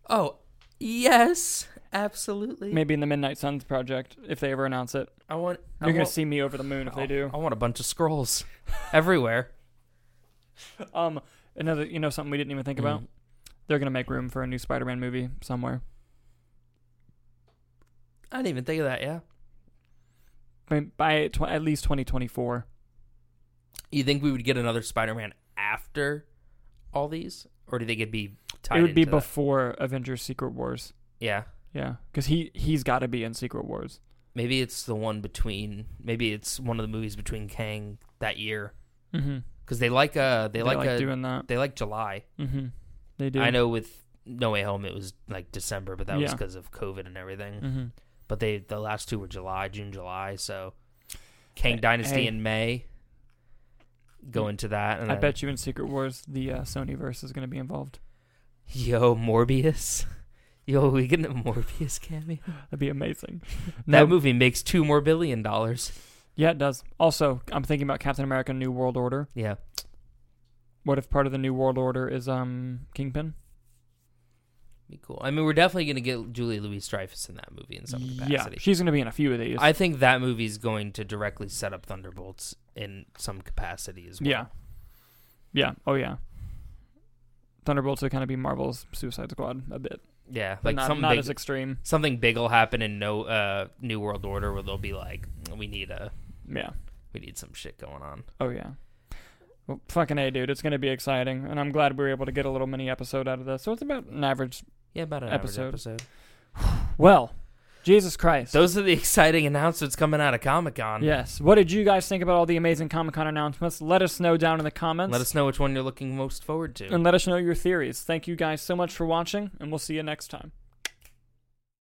[SPEAKER 2] Oh yes, absolutely.
[SPEAKER 1] Maybe in the Midnight Suns project if they ever announce it.
[SPEAKER 2] I want. I
[SPEAKER 1] You're gonna
[SPEAKER 2] want-
[SPEAKER 1] see me over the moon if they do.
[SPEAKER 2] Oh, I want a bunch of scrolls everywhere.
[SPEAKER 1] Um, another you know something we didn't even think about. They're gonna make room for a new Spider-Man movie somewhere.
[SPEAKER 2] I didn't even think of that. Yeah.
[SPEAKER 1] By, by tw- at least 2024.
[SPEAKER 2] You think we would get another Spider-Man after all these, or do you think it'd be tied?
[SPEAKER 1] it would be
[SPEAKER 2] into that?
[SPEAKER 1] before Avengers: Secret Wars.
[SPEAKER 2] Yeah.
[SPEAKER 1] Yeah, because he he's got to be in Secret Wars.
[SPEAKER 2] Maybe it's the one between. Maybe it's one of the movies between Kang that year.
[SPEAKER 1] Mm-hmm.
[SPEAKER 2] because they like uh they,
[SPEAKER 1] They
[SPEAKER 2] like,
[SPEAKER 1] like,
[SPEAKER 2] uh
[SPEAKER 1] doing that.
[SPEAKER 2] they like July.
[SPEAKER 1] Mm-hmm. They do.
[SPEAKER 2] I know with No Way Home it was like December, but that was
[SPEAKER 1] Yeah.
[SPEAKER 2] because of COVID and everything.
[SPEAKER 1] Mm-hmm.
[SPEAKER 2] But they the last two were July, June, July. So Kang Dynasty
[SPEAKER 1] hey. Mm.
[SPEAKER 2] in May. Go into that, and
[SPEAKER 1] I
[SPEAKER 2] then-
[SPEAKER 1] bet you in Secret Wars the uh, Sony verse is gonna be involved.
[SPEAKER 2] yo Morbius. Yo, we get a Morbius cameo.
[SPEAKER 1] That'd be amazing.
[SPEAKER 2] That
[SPEAKER 1] No,
[SPEAKER 2] movie makes two more billion dollars.
[SPEAKER 1] yeah, it does. Also, I'm thinking about Captain America: New World Order.
[SPEAKER 2] Yeah,
[SPEAKER 1] What if part of the New World Order is um Kingpin?
[SPEAKER 2] be cool. I mean, we're definitely gonna get Julie Louis Dreyfus in that movie in some
[SPEAKER 1] Yeah,
[SPEAKER 2] capacity.
[SPEAKER 1] she's gonna be in a few of these.
[SPEAKER 2] I think that movie's going to directly set up Thunderbolts in some capacity as well.
[SPEAKER 1] Yeah. Yeah. Oh yeah. Thunderbolts would kind of be Marvel's Suicide Squad a bit,
[SPEAKER 2] Yeah,
[SPEAKER 1] but
[SPEAKER 2] like
[SPEAKER 1] not,
[SPEAKER 2] something
[SPEAKER 1] not
[SPEAKER 2] big,
[SPEAKER 1] as extreme.
[SPEAKER 2] something big will happen in no uh, New World Order where they'll be like, we need a
[SPEAKER 1] Yeah.
[SPEAKER 2] we need some shit going on.
[SPEAKER 1] Oh yeah. Well, fucking a, dude. It's gonna be exciting, and I'm glad we were able to get a little mini episode out of this. So it's about an average.
[SPEAKER 2] Yeah, about an
[SPEAKER 1] Episode.
[SPEAKER 2] episode. episode.
[SPEAKER 1] Well, Jesus Christ.
[SPEAKER 2] Those are the exciting announcements coming out of Comic Con.
[SPEAKER 1] yes. What did you guys think about all the amazing Comic Con announcements? Let us know down in the comments.
[SPEAKER 2] Let us know which one you're looking most forward to.
[SPEAKER 1] and let us know your theories. Thank you guys so much for watching, and we'll see you next time.